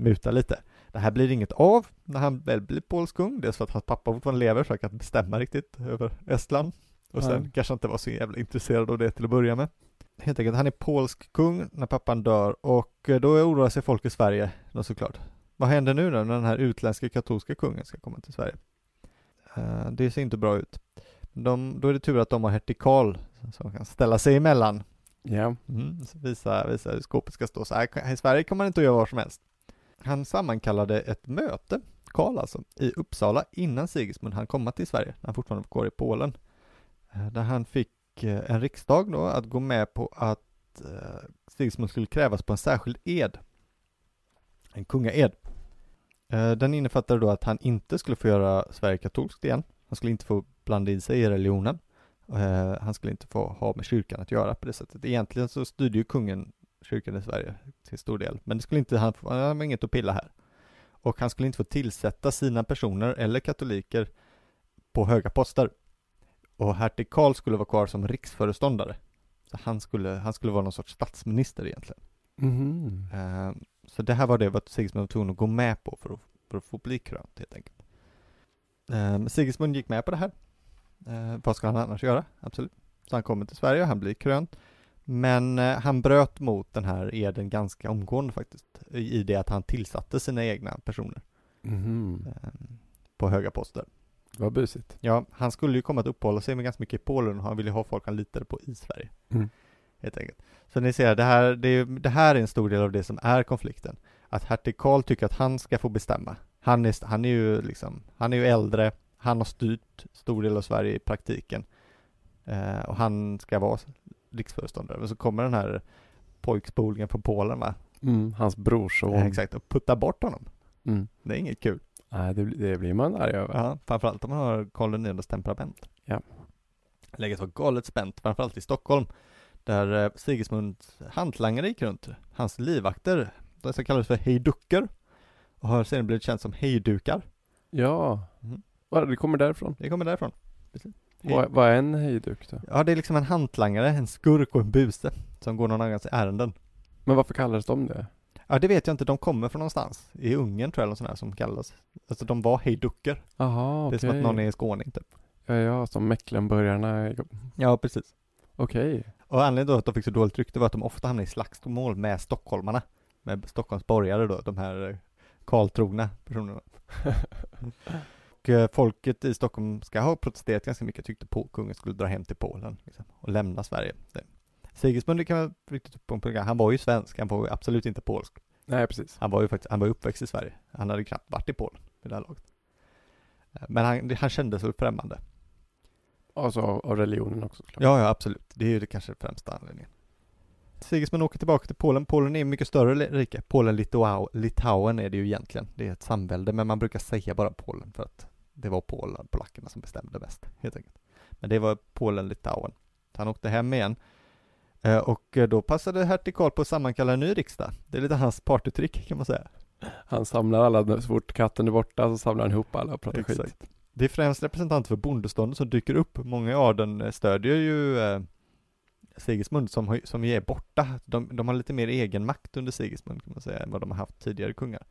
Speaker 2: muta lite. Det här blir inget av när han väl blir polsk kung, dels för att hans pappa fortfarande lever så han kan inte bestämma riktigt över Estland. Och sen
Speaker 1: Nej.
Speaker 2: kanske han inte var så jävla intresserad av det till att börja med. Helt enkelt, han är polsk kung när pappan dör och eh, då oroar sig folk i Sverige då såklart. Vad händer nu då när den här utländska katolska kungen ska komma till Sverige? Eh, det ser inte bra ut. De, då är det tur att de har hertig Karl som kan ställa sig emellan.
Speaker 1: Ja,
Speaker 2: Mm. så Visa, visa hur skåpet ska stå. Så här, här i Sverige kan man inte göra vad som helst. Han sammankallade ett möte, Karl alltså, i Uppsala innan Sigismund hann komma till Sverige, när han fortfarande var kvar i Polen. Eh, Där han fick eh, en riksdag då att gå med på att eh, Sigismund skulle krävas på en särskild ed. En kungaed. Eh, Den innefattade då att han inte skulle få göra Sverige katolskt igen. Han skulle inte få blanda in sig i religionen. Eh, han skulle inte få ha med kyrkan att göra på det sättet. Egentligen så styrde ju kungen kyrkan i Sverige till stor del, men det skulle inte han, få, han var inget att pilla här. Och han skulle inte få tillsätta sina personer eller katoliker på höga poster. Och hertig Karl skulle vara kvar som riksföreståndare. Så han skulle, han skulle vara någon sorts statsminister egentligen.
Speaker 1: Mhm.
Speaker 2: Eh, Så det här var det vad Sigismund var tvungen att gå med på för att, för att få bli krönt helt enkelt. Eh, men Sigismund gick med på det här. Eh, Vad ska han annars göra? Absolut. Så han kommer till Sverige och han blir krönt. Men eh, han bröt mot den här eden ganska omgående faktiskt. I i det att han tillsatte sina egna personer
Speaker 1: Mhm.
Speaker 2: eh, på höga poster.
Speaker 1: vad busigt.
Speaker 2: Ja, han skulle ju komma att uppehålla sig med ganska mycket i Polen och han ville ha folk han litade på i Sverige.
Speaker 1: Mm.
Speaker 2: Helt enkelt. Så ni ser, det här, det, är, det här är en stor del av det som är konflikten. Att hertig Karl tycker att han ska få bestämma. Han är, han är ju liksom, han är ju äldre, han har styrt stor del av Sverige i praktiken. Eh, och han ska vara riksföreståndare. Men så kommer den här pojkspolingen från Polen va?
Speaker 1: Mm. Hans brorson.
Speaker 2: Eh, Exakt, och puttar bort honom.
Speaker 1: Mm.
Speaker 2: Det är inget kul.
Speaker 1: Nej, det, blir- det blir man arg över.
Speaker 2: Ja, framförallt om man har Karl IXs temperament.
Speaker 1: Ja.
Speaker 2: Läget var galet spänt, framförallt i Stockholm, där eh, Sigismunds hantlangare gick runt. Hans livvakter, de som kallades för hejducker, och har sedan blivit känt som hejdukar.
Speaker 1: Ja,
Speaker 2: Mhm.
Speaker 1: Var- det kommer därifrån.
Speaker 2: Det kommer därifrån. Hej.
Speaker 1: Vad, vad är en hejduk då?
Speaker 2: Ja, det är liksom en hantlangare, en skurk och en buse som går någon annans ärenden.
Speaker 1: Men varför kallades de det?
Speaker 2: Ja, det vet jag inte, de kommer från någonstans. I Ungern tror jag, eller sån här som kallas. Alltså de var hejducker.
Speaker 1: Jaha,
Speaker 2: Det är
Speaker 1: okej.
Speaker 2: som att någon är i Skåne, typ.
Speaker 1: Ja, ja, som mecklenburgarna. Okej.
Speaker 2: Ja, precis. Och anledningen då att de fick så dåligt rykte var att de ofta hamnade i slagsmål med stockholmarna. Med Stockholms borgare då, de här eh, Karltrogna personerna. och eh, folket i Stockholm ska ha protesterat ganska mycket, tyckte på kungen skulle dra hem till Polen liksom, och lämna Sverige. Det- Sigismund, det kan man riktigt upp på, han var ju svensk, han var ju absolut inte polsk.
Speaker 1: Nej, precis.
Speaker 2: Han var ju faktiskt, han var ju uppväxt i Sverige. Han hade knappt varit i Polen vid det här laget. Eh, Men han, han kände sig främmande.
Speaker 1: Alltså av, av religionen också såklart.
Speaker 2: Ja, ja, absolut. Det är ju det kanske främsta anledningen. Sigismund åker tillbaka till Polen. Polen är ett mycket större li- rike. Polen, Litau, Litauen är det ju egentligen. Det är ett samvälde, men man brukar säga bara Polen för att det var Polen, polackerna som bestämde mest, helt enkelt. Men det var Polen, Litauen. Han åkte hem igen. Eh, Och eh, då passade hertig Karl på att sammankalla en ny riksdag. Det är lite hans partytrick kan man säga.
Speaker 1: Han samlar alla, så fort katten är borta så samlar han ihop alla och pratar skit.
Speaker 2: Exakt. Det är främst representanter för bondeståndet som dyker upp. Många av den stödjer ju eh, Sigismund som, har- som ju är borta. De, de har lite mer egen makt under Sigismund kan man säga än vad de har haft tidigare kungar.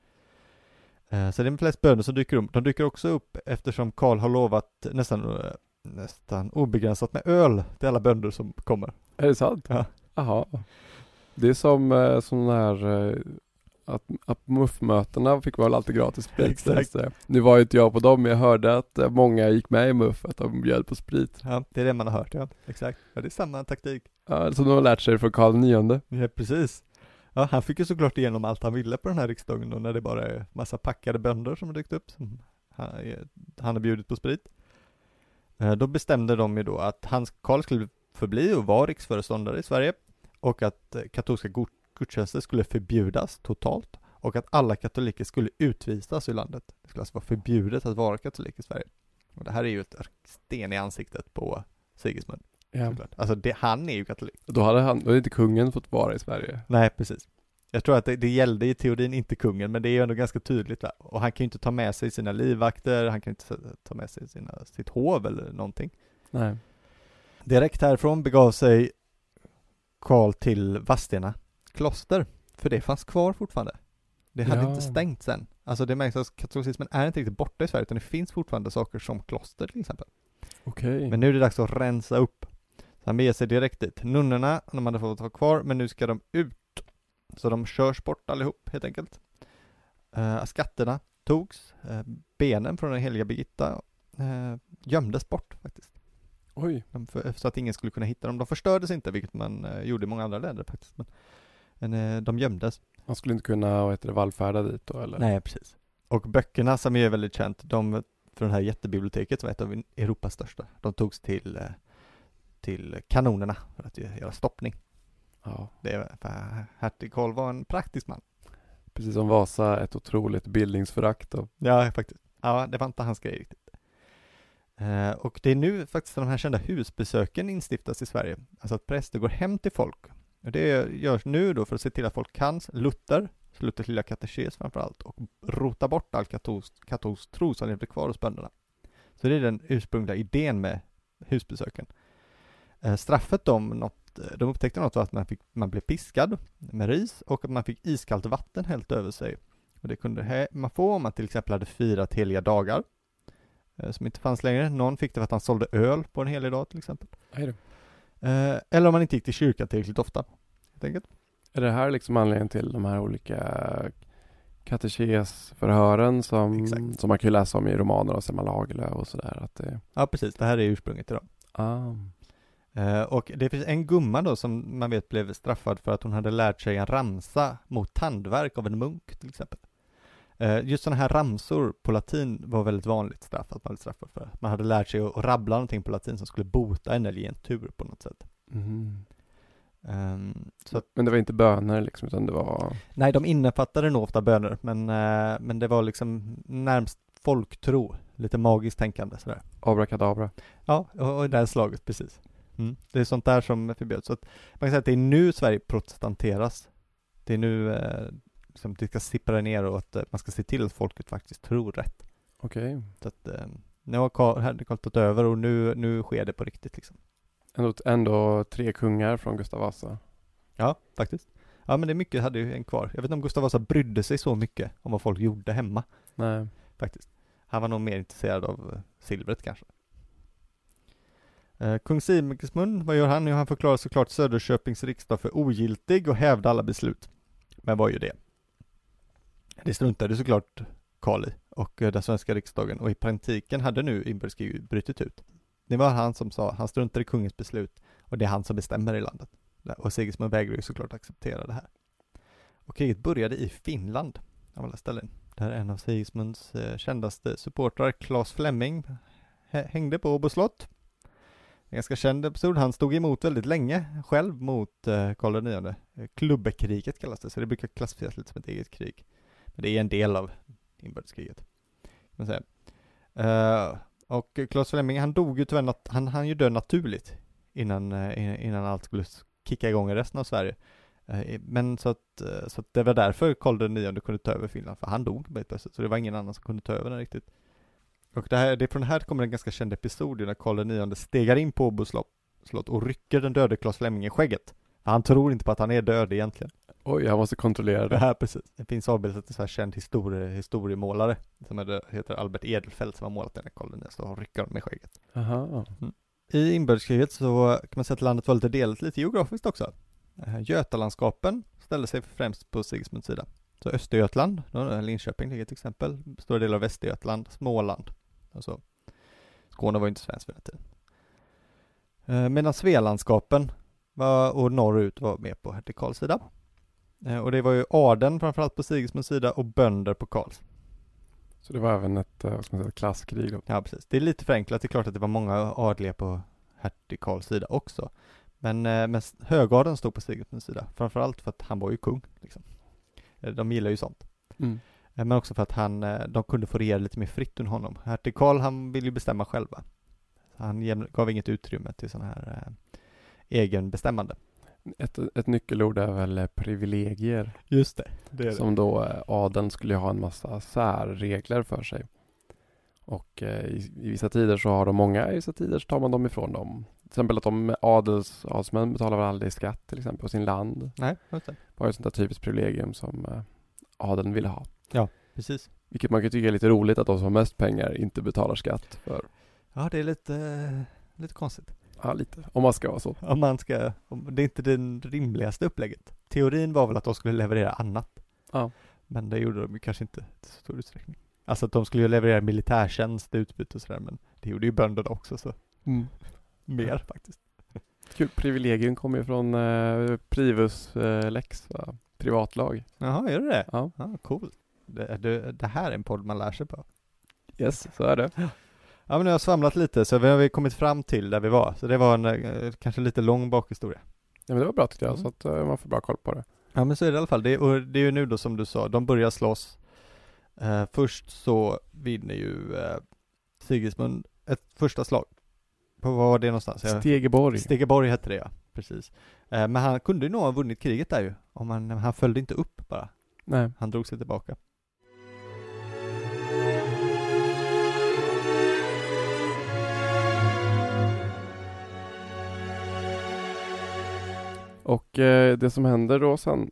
Speaker 2: Eh, så det är flest bönder som dyker upp. De dyker också upp eftersom Karl har lovat nästan, eh, nästan obegränsat med öl till alla bönder som kommer.
Speaker 1: Är det sant?
Speaker 2: Ja.
Speaker 1: Jaha. Det är som eh, sån här eh, att, att MUF-mötena fick man väl alltid gratis sprit. så att
Speaker 2: Exakt.
Speaker 1: säga. Nu var ju inte jag på dem, men jag hörde att eh, många gick med i MUF, att de bjöd på sprit.
Speaker 2: Ja, det är det man har hört ja. Exakt. Ja, det är samma taktik.
Speaker 1: Ja, som de har lärt sig från Karl IX.
Speaker 2: Ja, precis. Ja, han fick ju såklart igenom allt han ville på den här riksdagen då när det bara är massa packade bönder som har dykt upp som han, han har bjudit på sprit. Eh, Då bestämde de ju då att Hans Karl skulle förbli och vara riksföreståndare i Sverige och att eh, katolska god- gudstjänster skulle förbjudas totalt och att alla katoliker skulle utvisas ur landet. Det skulle alltså vara förbjudet att vara katolik i Sverige. Och det här är ju ett sten i ansiktet på Sigismund.
Speaker 1: Ja.
Speaker 2: såklart. Alltså det, han är ju katolik.
Speaker 1: Då hade han, då hade inte kungen fått vara i Sverige.
Speaker 2: Nej, precis. Jag tror att det, det gällde i teorin inte kungen, men det är ju ändå ganska tydligt. Va? Och han kan ju inte ta med sig sina livvakter, han kan inte ta med sig sina, sitt hov eller någonting.
Speaker 1: Nej.
Speaker 2: Direkt härifrån begav sig Karl till Vadstena kloster, för det fanns kvar fortfarande. Det hade
Speaker 1: Ja.
Speaker 2: inte stängt sen. Alltså det märks att katolicismen är inte riktigt borta i Sverige, utan det finns fortfarande saker som kloster till exempel.
Speaker 1: Okej.
Speaker 2: Men nu är det dags att rensa upp. Så han beger sig direkt dit. Nunnorna, de hade fått vara kvar, men nu ska de ut. Så de körs bort allihop helt enkelt. Eh, skatterna togs, eh, benen från den heliga Birgitta eh, gömdes bort faktiskt.
Speaker 1: Oj.
Speaker 2: De för, så att ingen skulle kunna hitta dem. De förstördes inte, vilket man eh, gjorde i många andra länder faktiskt. Men, men eh, de gömdes.
Speaker 1: Man skulle inte kunna, vad heter det, vallfärda dit då eller?
Speaker 2: Nej, precis. Och böckerna som är väldigt känt, de från det här jättebiblioteket som är ett av Europas största, de togs till, eh, till kanonerna för att göra stoppning.
Speaker 1: Ja.
Speaker 2: Det är, för hertig Karl var en praktisk man.
Speaker 1: Precis som Vasa, ett otroligt bildningsförakt då.
Speaker 2: Ja, faktiskt. Ja, det var inte hans grej riktigt. Eh, och det är nu faktiskt de här kända husbesöken instiftas i Sverige. Alltså att präster går hem till folk. Och det görs nu då för att se till att folk kan Luther, Luthers lilla katekes framför allt, och rota bort all katolsk, katolsk tro som lever kvar hos bönderna. Så det är den ursprungliga idén med husbesöken. Eh, straffet de, något, de upptäckte något var att man, fick, man blev piskad med ris och att man fick iskallt vatten hällt över sig och det kunde he- man få om man till exempel hade firat heliga dagar, eh, som inte fanns längre. Någon fick det för att han sålde öl på en helig dag till exempel.
Speaker 1: Hej då.
Speaker 2: Eh, Eller om man inte gick till kyrkan tillräckligt ofta, helt enkelt.
Speaker 1: Är det här liksom anledningen till de här olika katekesförhören som,
Speaker 2: Exakt.
Speaker 1: som man kan ju läsa om i romaner av Selma Lagerlöf och sådär? Att det,
Speaker 2: Ja, precis. Det här är ursprunget till dem.
Speaker 1: ah,
Speaker 2: Eh, Och det finns en gumma då som man vet blev straffad för att hon hade lärt sig en ramsa mot tandverk av en munk till exempel. Eh, Just sådana här ramsor på latin var väldigt vanligt straff, att man blev straffad för. Man hade lärt sig att rabbla någonting på latin som skulle bota en eller ge en tur på något sätt.
Speaker 1: mhm.
Speaker 2: Ehm, Så att
Speaker 1: Men det var inte böner liksom, utan det var...
Speaker 2: Nej, de innefattade nog ofta böner, men, eh, men det var liksom närmst folktro, lite magiskt tänkande sådär.
Speaker 1: Abrakadabra.
Speaker 2: Ja, och, och det här slaget, precis. Mm. Det är sånt där som förbjöds. Så att man kan säga att det är nu Sverige protestanteras. Det är nu eh, liksom, det ska sippra ner och att eh, man ska se till att folket faktiskt tror rätt.
Speaker 1: Okej.
Speaker 2: Så att, eh, nu har Karl här- Karl tagit över och nu, nu sker det på riktigt liksom.
Speaker 1: Ändå, ändå tre kungar från Gustav Vasa.
Speaker 2: Ja, faktiskt. Ja, men det är mycket hade ju en kvar. Jag vet inte om Gustav Vasa brydde sig så mycket om vad folk gjorde hemma.
Speaker 1: Nej.
Speaker 2: faktiskt. Han var nog mer intresserad av eh, silvret kanske. Eh, Kung Sigismund, vad gör han? Jo, han förklarar såklart Söderköpings riksdag för ogiltig och hävde alla beslut. Men vad är ju det? Det struntade såklart Karl i och eh, den svenska riksdagen och i praktiken hade nu inbördeskrig brutit ut. Det var han som sa, han struntar i kungens beslut och det är han som bestämmer i landet. Och Sigismund vägrade ju såklart acceptera det här. Och kriget började i Finland av alla ställen där en av Sigismunds eh, kändaste supportrar, Claes Fleming, hä- hängde på Åbo slott. En ganska känd episod. Han stod emot väldigt länge själv mot eh, Karl IX. Eh, Klubbekriget kallas det, så det brukar klassificeras lite som ett eget krig. Men det är en del av inbördeskriget. Kan man säga. Eh, och Claes Fleming, han dog ju tyvärr, nat- han han ju dö naturligt innan, eh, in- innan allt skulle s- kicka igång i resten av Sverige. Eh, Men så att, eh, så att det var därför Karl IX kunde ta över Finland, för han dog helt plötsligt, så det var ingen annan som kunde ta över den riktigt. Och det, här, det är från det här kommer en ganska känd episod när Karl IX stegar in på Åbo slott slott och rycker den döde Claes Fleming i skägget. För han tror inte på att han är död egentligen.
Speaker 1: Oj, jag måste kontrollera
Speaker 2: Det
Speaker 1: det.
Speaker 2: här precis. Det finns avbildat en så här känd historie, historiemålare som är- heter Albert Edelfelt som har målat den här Karl IX, så han rycker honom i skägget.
Speaker 1: Aha.
Speaker 2: I inbördeskriget så kan man säga att landet var lite delat lite geografiskt också. Eh, Götalandskapen ställde sig främst på Sigismunds sida. Så Östergötland, då- eh, Linköping ligger till exempel, stora delar av Västergötland, Småland. Alltså, Skåne var ju inte svenskt vid den tiden. Eh, Medan svealandskapen var, och norrut var med på hertikal sida. Eh, Och det var ju adeln framförallt på Sigismunds sida och bönder på Karls.
Speaker 1: Så det var även ett, eh, vad ska man säga, klasskrig då.
Speaker 2: Ja, precis. Det är lite förenklat. Det är klart att det var många adliga på hertig Karls sida också. Men, eh, men s- högadeln stod på Sigismunds sida, framförallt för att han var ju kung. Liksom. Eh, De gillar ju sånt.
Speaker 1: Mm.
Speaker 2: Eh, Men också för att han, eh, de kunde få regera lite mer fritt än honom. Hertig Karl, han ville ju bestämma själva. Så Han jäm- gav inget utrymme till sån här eh, egenbestämmande.
Speaker 1: Ett, ett nyckelord är väl eh, privilegier.
Speaker 2: Just det. det
Speaker 1: Som då eh, adeln skulle ju ha en massa särregler för sig. Och eh, i, i vissa tider så har de många, i vissa tider så tar man dem ifrån dem. Till exempel att de adels, adelsmän betalar väl aldrig skatt till exempel på sin land.
Speaker 2: Nej, just det.
Speaker 1: Det var ju ett sånt där typiskt privilegium som eh, adeln ville ha.
Speaker 2: Precis.
Speaker 1: Vilket man kan tycka är lite roligt att de som har mest pengar inte betalar skatt för.
Speaker 2: Ja, det är lite, lite konstigt.
Speaker 1: Ja, lite. Om man ska vara så.
Speaker 2: Om man ska, om, det är inte det rimligaste upplägget. Teorin var väl att de skulle leverera annat.
Speaker 1: Ja.
Speaker 2: Men det gjorde de ju kanske inte i så stor utsträckning. Alltså att de skulle ju leverera militärtjänst i utbyte och sådär, men det gjorde ju bönderna också, så
Speaker 1: Mm.
Speaker 2: mer faktiskt.
Speaker 1: Kul. Privilegium kommer ju från eh, Privus eh, Lex, va? privatlag.
Speaker 2: Jaha, gör det det?
Speaker 1: Ja.
Speaker 2: Ja, cool. Det, det, det här är en podd man lär sig på.
Speaker 1: Yes, så är det.
Speaker 2: Ja, men nu har jag svamlat lite, så vi har vi kommit fram till där vi var. Så det var en eh, kanske lite lång bakhistoria.
Speaker 1: Ja, men det var bra tyckte jag,
Speaker 2: Mm.
Speaker 1: så att eh, man får bra koll på det.
Speaker 2: Ja men så är det i alla fall, det, och det är ju nu då som du sa, de börjar slåss. Eh, först så vinner ju eh, Sigismund ett första slag. På, var var det någonstans? Jag-
Speaker 1: Stegeborg.
Speaker 2: Stegeborg hette det ja, precis. Eh, men han kunde ju nog ha vunnit kriget där ju, om han, han följde inte upp bara.
Speaker 1: Nej.
Speaker 2: Han drog sig tillbaka.
Speaker 1: Och eh, det som händer då sen.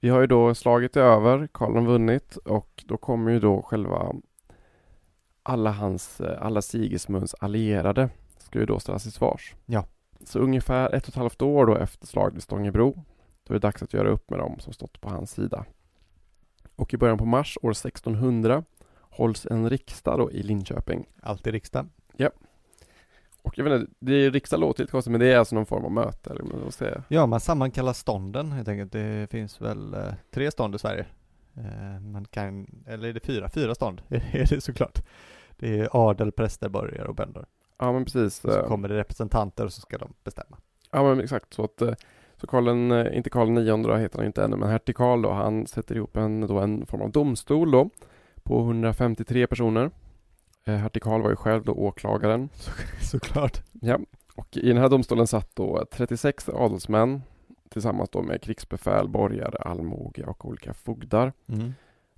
Speaker 1: Vi har ju då slaget är över, Karl har vunnit och då kommer ju då själva alla hans, eh, alla Sigismunds allierade ska ju då ställas till svars.
Speaker 2: Ja.
Speaker 1: Så ungefär ett och ett halvt år då efter slaget vid Stångebro, då är det dags att göra upp med dem som stått på hans sida. Och i början på mars år 1600 hålls en riksdag då i Linköping.
Speaker 2: Alltid riksdagen.
Speaker 1: Och jag vet inte, det är riksdag låter lite konstigt men det är alltså någon form av möte eller vad man ska säga.
Speaker 2: Ja, man sammankallar stånden helt enkelt. Det finns väl eh, tre stånd i Sverige. Eh, man kan, eller är det fyra? Fyra stånd är det såklart. Det är adel, präster, borgare och bönder.
Speaker 1: Ja men precis.
Speaker 2: Så
Speaker 1: eh,
Speaker 2: kommer det representanter och så ska de bestämma.
Speaker 1: Ja men exakt så att eh, så Karl den, eh, inte Karl IX då heter han ju inte ännu, men hertig Karl då, han sätter ihop en, då en form av domstol då på 153 personer. Eh, hertig Karl var ju själv då åklagaren.
Speaker 2: Såklart.
Speaker 1: Ja. Och i den här domstolen satt då 36 adelsmän tillsammans då med krigsbefäl, borgare, allmoge och olika fogdar.
Speaker 2: Mm.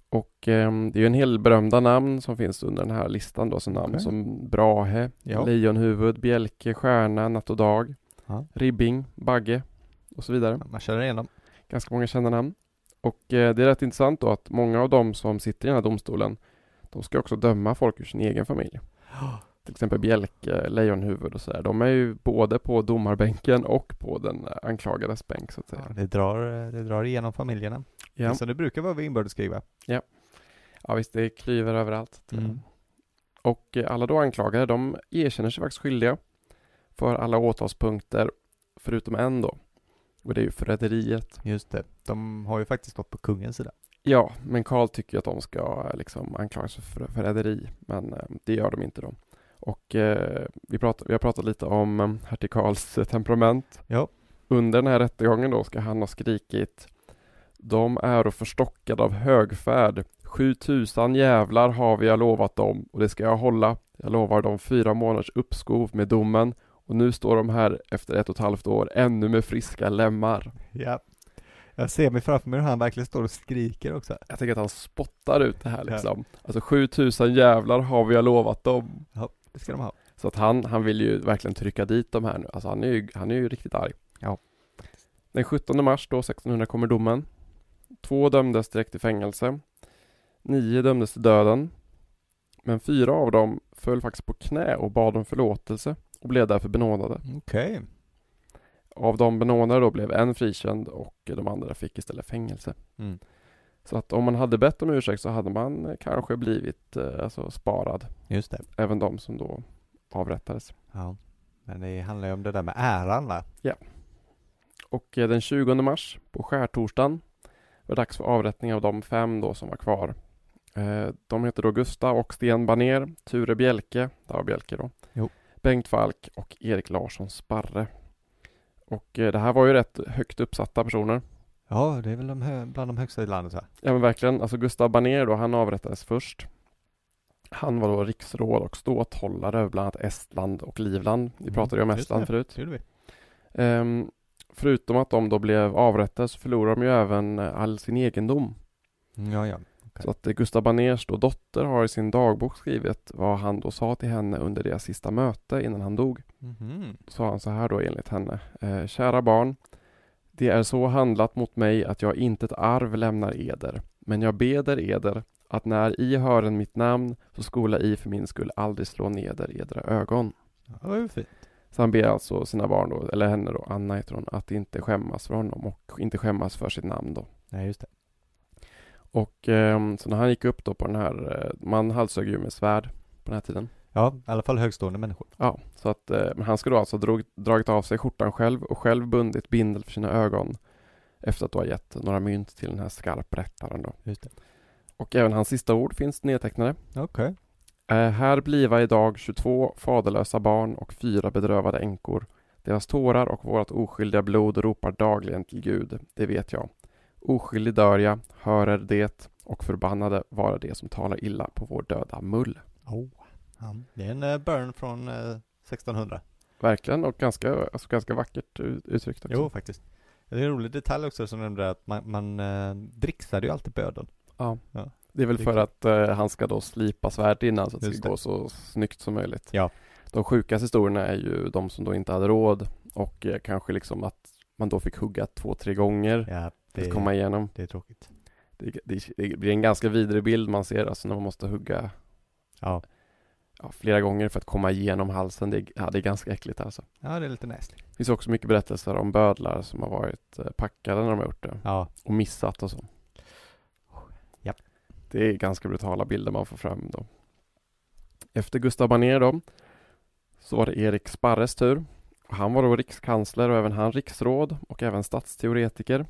Speaker 1: Och ehm, det är ju en hel berömda namn som finns under den här listan då, så namn
Speaker 2: Okej.
Speaker 1: som Brahe,
Speaker 2: Ja.
Speaker 1: Lejonhuvud, Bjälke, Stjärna, Natt och Dag,
Speaker 2: Ja.
Speaker 1: Ribbing, Bagge och så vidare
Speaker 2: Man känner igenom.
Speaker 1: ganska många kända namn. Och eh, det är rätt intressant då att många av dem som sitter i den här domstolen, de ska också döma folk ur sin egen familj. Till exempel Bjälke, Lejonhuvud och sådär. De är ju både på domarbänken och på den eh, anklagades bänk så att
Speaker 2: Ja,
Speaker 1: säga.
Speaker 2: det, drar, eh, det drar igenom familjerna.
Speaker 1: Ja,
Speaker 2: Som det brukar vara vid inbördeskrig va?
Speaker 1: ja visst, det klyver överallt.
Speaker 2: Mm.
Speaker 1: Och eh, alla då anklagade, de erkänner sig faktiskt skyldiga för alla åtalspunkter, förutom en då. Och det är ju förräderiet.
Speaker 2: Just det. De har ju faktiskt stått på kungens sida.
Speaker 1: Ja, men Karl tycker ju att de ska eh, liksom anklagas för för förräderi, men eh, det gör de inte då. Och eh, vi, pratar, vi har pratat lite om eh, hertig Karls eh, temperament.
Speaker 2: Ja.
Speaker 1: Under den här rättegången då ska han ha skrikit De är och förstockade av högfärd. 7000 jävlar har vi jag lovat dem och det ska jag hålla. Jag lovar dem fyra månaders uppskov med domen och nu står de här efter ett och ett halvt år ännu med friska lemmar.
Speaker 2: Ja. Jag ser mig framför mig hur han verkligen står och skriker också.
Speaker 1: Jag tänker att han spottar ut det här
Speaker 2: Ja.
Speaker 1: liksom. Alltså 7000 jävlar har vi jag lovat dem.
Speaker 2: Det ska de ha.
Speaker 1: Så att han, han vill ju verkligen trycka dit de här nu. Alltså han är ju, han är ju riktigt arg.
Speaker 2: Ja.
Speaker 1: Den 17 mars då, 1600, kommer domen. Två dömdes direkt till fängelse. Nio dömdes till döden. Men fyra av dem föll faktiskt på knä och bad om förlåtelse och blev därför benådade.
Speaker 2: Okej.
Speaker 1: Av de benådade då blev en frikänd och de andra fick istället fängelse.
Speaker 2: Mm.
Speaker 1: Så att om man hade bett om ursäkt så hade man eh, kanske blivit eh, alltså, sparad.
Speaker 2: Just det.
Speaker 1: Även de som då avrättades.
Speaker 2: Ja. Men det handlar ju om det där med äran va?
Speaker 1: Och eh, den 20 mars, på skärtorsdagen, var det dags för avrättning av de fem då som var kvar. Eh, De heter då Gustav och Sten Baner, Ture Bjelke, det var Bjelke då,
Speaker 2: Jo.
Speaker 1: Bengt Falk och Erik Larsson Sparre. Och eh, det här var ju rätt högt uppsatta personer.
Speaker 2: Ja, det är väl de hö- bland de högsta i landet va?
Speaker 1: Ja men verkligen, alltså Gustav Baner då, han avrättades först. Han var då riksråd och ståthållare över bland annat Estland och Livland. Vi
Speaker 2: Mm,
Speaker 1: pratade ju om
Speaker 2: just
Speaker 1: Estland
Speaker 2: det.
Speaker 1: förut.
Speaker 2: Det gjorde vi.
Speaker 1: Ehm, förutom att de då blev avrättade så förlorade de ju även eh, all sin egendom.
Speaker 2: Mm, Ja, ja. Okej.
Speaker 1: Så att eh, Gustav Baners då dotter har i sin dagbok skrivit vad han då sa till henne under deras sista möte innan han dog.
Speaker 2: Mhm.
Speaker 1: Sa han så här då enligt henne. Eh, Kära barn, det är så handlat mot mig att jag inte ett arv lämnar eder, men jag beder eder att när i hören mitt namn så skola i för min skull aldrig slå neder edra ögon.
Speaker 2: Ja, det var ju fint.
Speaker 1: Så han ber alltså sina barn, då, eller henne då, Anna heter hon, att inte skämmas för honom och inte skämmas för sitt namn då.
Speaker 2: Nej, just det.
Speaker 1: Och ehm, så när han gick upp då på den här, eh, man halshögg ju med svärd på den här tiden.
Speaker 2: Ja, i alla fall högstående människor.
Speaker 1: Ja, så att eh, men han skulle då alltså drog, dragit av sig skjortan själv och själv bundit bindel för sina ögon efter att då ha gett några mynt till den här skarprättaren då.
Speaker 2: Just det.
Speaker 1: Och även hans sista ord finns nedtecknade.
Speaker 2: Okej.
Speaker 1: Eh, här bliva idag 22 faderlösa barn och fyra bedrövade änkor. Deras tårar och vårt oskyldiga blod ropar dagligen till Gud, det vet jag. Oskyldig dör jag, hör er det, och förbannade vara det som talar illa på vår döda mull.
Speaker 2: Oh. Ja. Det är en eh, burn från eh, 1600.
Speaker 1: Verkligen, och ganska, alltså ganska vackert ut- uttryckt också.
Speaker 2: Jo, faktiskt. Det är en rolig detalj också som nämnde att man, man eh, dricksade ju alltid bödeln.
Speaker 1: Ja.
Speaker 2: Ja.
Speaker 1: Det är väl för att eh, han ska då slipa svärdet innan så att det
Speaker 2: Just
Speaker 1: ska
Speaker 2: det.
Speaker 1: gå så snyggt som möjligt.
Speaker 2: Ja.
Speaker 1: De sjukaste historierna är ju de som då inte hade råd och eh, kanske liksom att man då fick hugga två, tre gånger
Speaker 2: Ja,
Speaker 1: för att komma igenom.
Speaker 2: det är tråkigt.
Speaker 1: Det, det, det blir en ganska vidrig bild man ser alltså när man måste hugga
Speaker 2: Ja.
Speaker 1: ja, flera gånger för att komma igenom halsen. Det, är- ja, det är ganska äckligt alltså.
Speaker 2: ja, det är lite näsligt.
Speaker 1: Det finns också mycket berättelser om bödlar som har varit eh, packade när de har gjort det
Speaker 2: Ja,
Speaker 1: och missat och så.
Speaker 2: Japp.
Speaker 1: Det är ganska brutala bilder man får fram då. Efter Gustav Banér då, så var det Erik Sparres tur. Och Han var då rikskansler och även han riksråd och även statsteoretiker.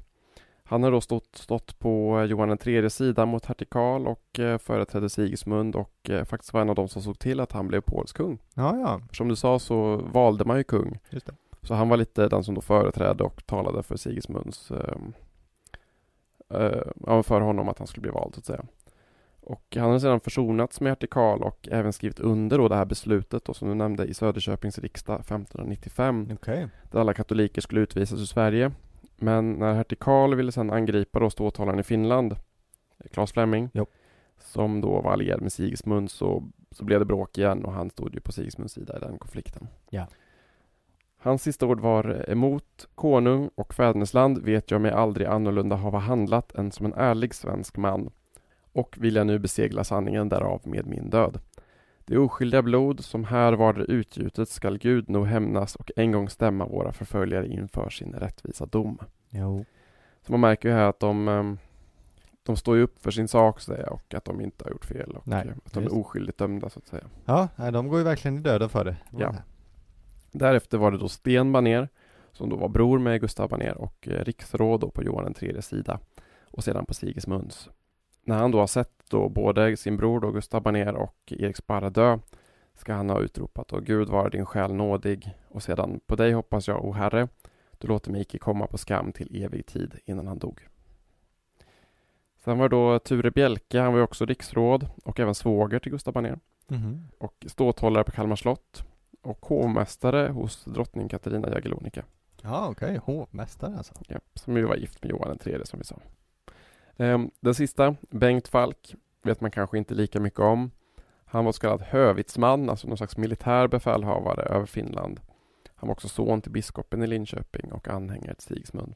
Speaker 1: Han har då stått, stått på eh, Johan III sida mot hertig Karl och eh, företrädde Sigismund och eh, faktiskt var en av dem som såg till att han blev Polens kung.
Speaker 2: ja, ja,
Speaker 1: Som du sa så valde man ju kung
Speaker 2: just det.
Speaker 1: så han var lite den som då företrädde och talade för Sigismunds, eh, eh, ja, för honom att han skulle bli vald så att säga. Och han har sedan försonats med hertig Karl och även skrivit under då det här beslutet då, som du nämnde i Söderköpings riksdag 1595
Speaker 2: Okej.
Speaker 1: där alla katoliker skulle utvisas ur Sverige. Men när hertig Karl ville sedan angripa då ståthållaren i Finland, Claes Fleming,
Speaker 2: Jo.
Speaker 1: som då var allierad med Sigismund, så, så blev det bråk igen och han stod ju på Sigismunds sida i den konflikten.
Speaker 2: Ja.
Speaker 1: Hans sista ord var eh, emot konung och fädernesland vet jag mig aldrig annorlunda hava handlat än som en ärlig svensk man och vill jag nu besegla sanningen därav med min död. Det oskyldiga blod som här varder utgjutet skall Gud nog hämnas och en gång stämma våra förföljare inför sin rättvisa dom.
Speaker 2: Jo.
Speaker 1: Så man märker ju här att de, ehm, de står ju upp för sin sak så att säga, och att de inte har gjort fel och
Speaker 2: Nej,
Speaker 1: eh, att de
Speaker 2: just.
Speaker 1: är oskyldigt dömda så att säga.
Speaker 2: Ja, nej, de går ju verkligen i döden för det.
Speaker 1: Ja. Därefter var det då Sten Baner som då var bror med Gustav Baner och eh, riksråd då på Johan III sida och sedan på Sigismunds. När han då har sett då både sin bror då Gustav Baner och Erik Sparre dö ska han ha utropat då Gud vare din själ nådig och sedan på dig hoppas jag, o Herre, du låter mig icke komma på skam till evig tid innan han dog. Sen var det då Ture Bjelke, han var ju också riksråd och även svåger till Gustav Baner
Speaker 2: Mhm.
Speaker 1: och ståthållare på Kalmar slott och hovmästare hos drottning Katarina Jagellonica,
Speaker 2: Ja, okej. Hovmästare alltså.
Speaker 1: ja, som ju var gift med Johan III som vi sa. Ehm, Den sista, Bengt Falk, vet man kanske inte lika mycket om. Han var så kallad hövitsman, alltså någon slags militär befälhavare över Finland. Han var också son till biskopen i Linköping och anhängare till Sigismund.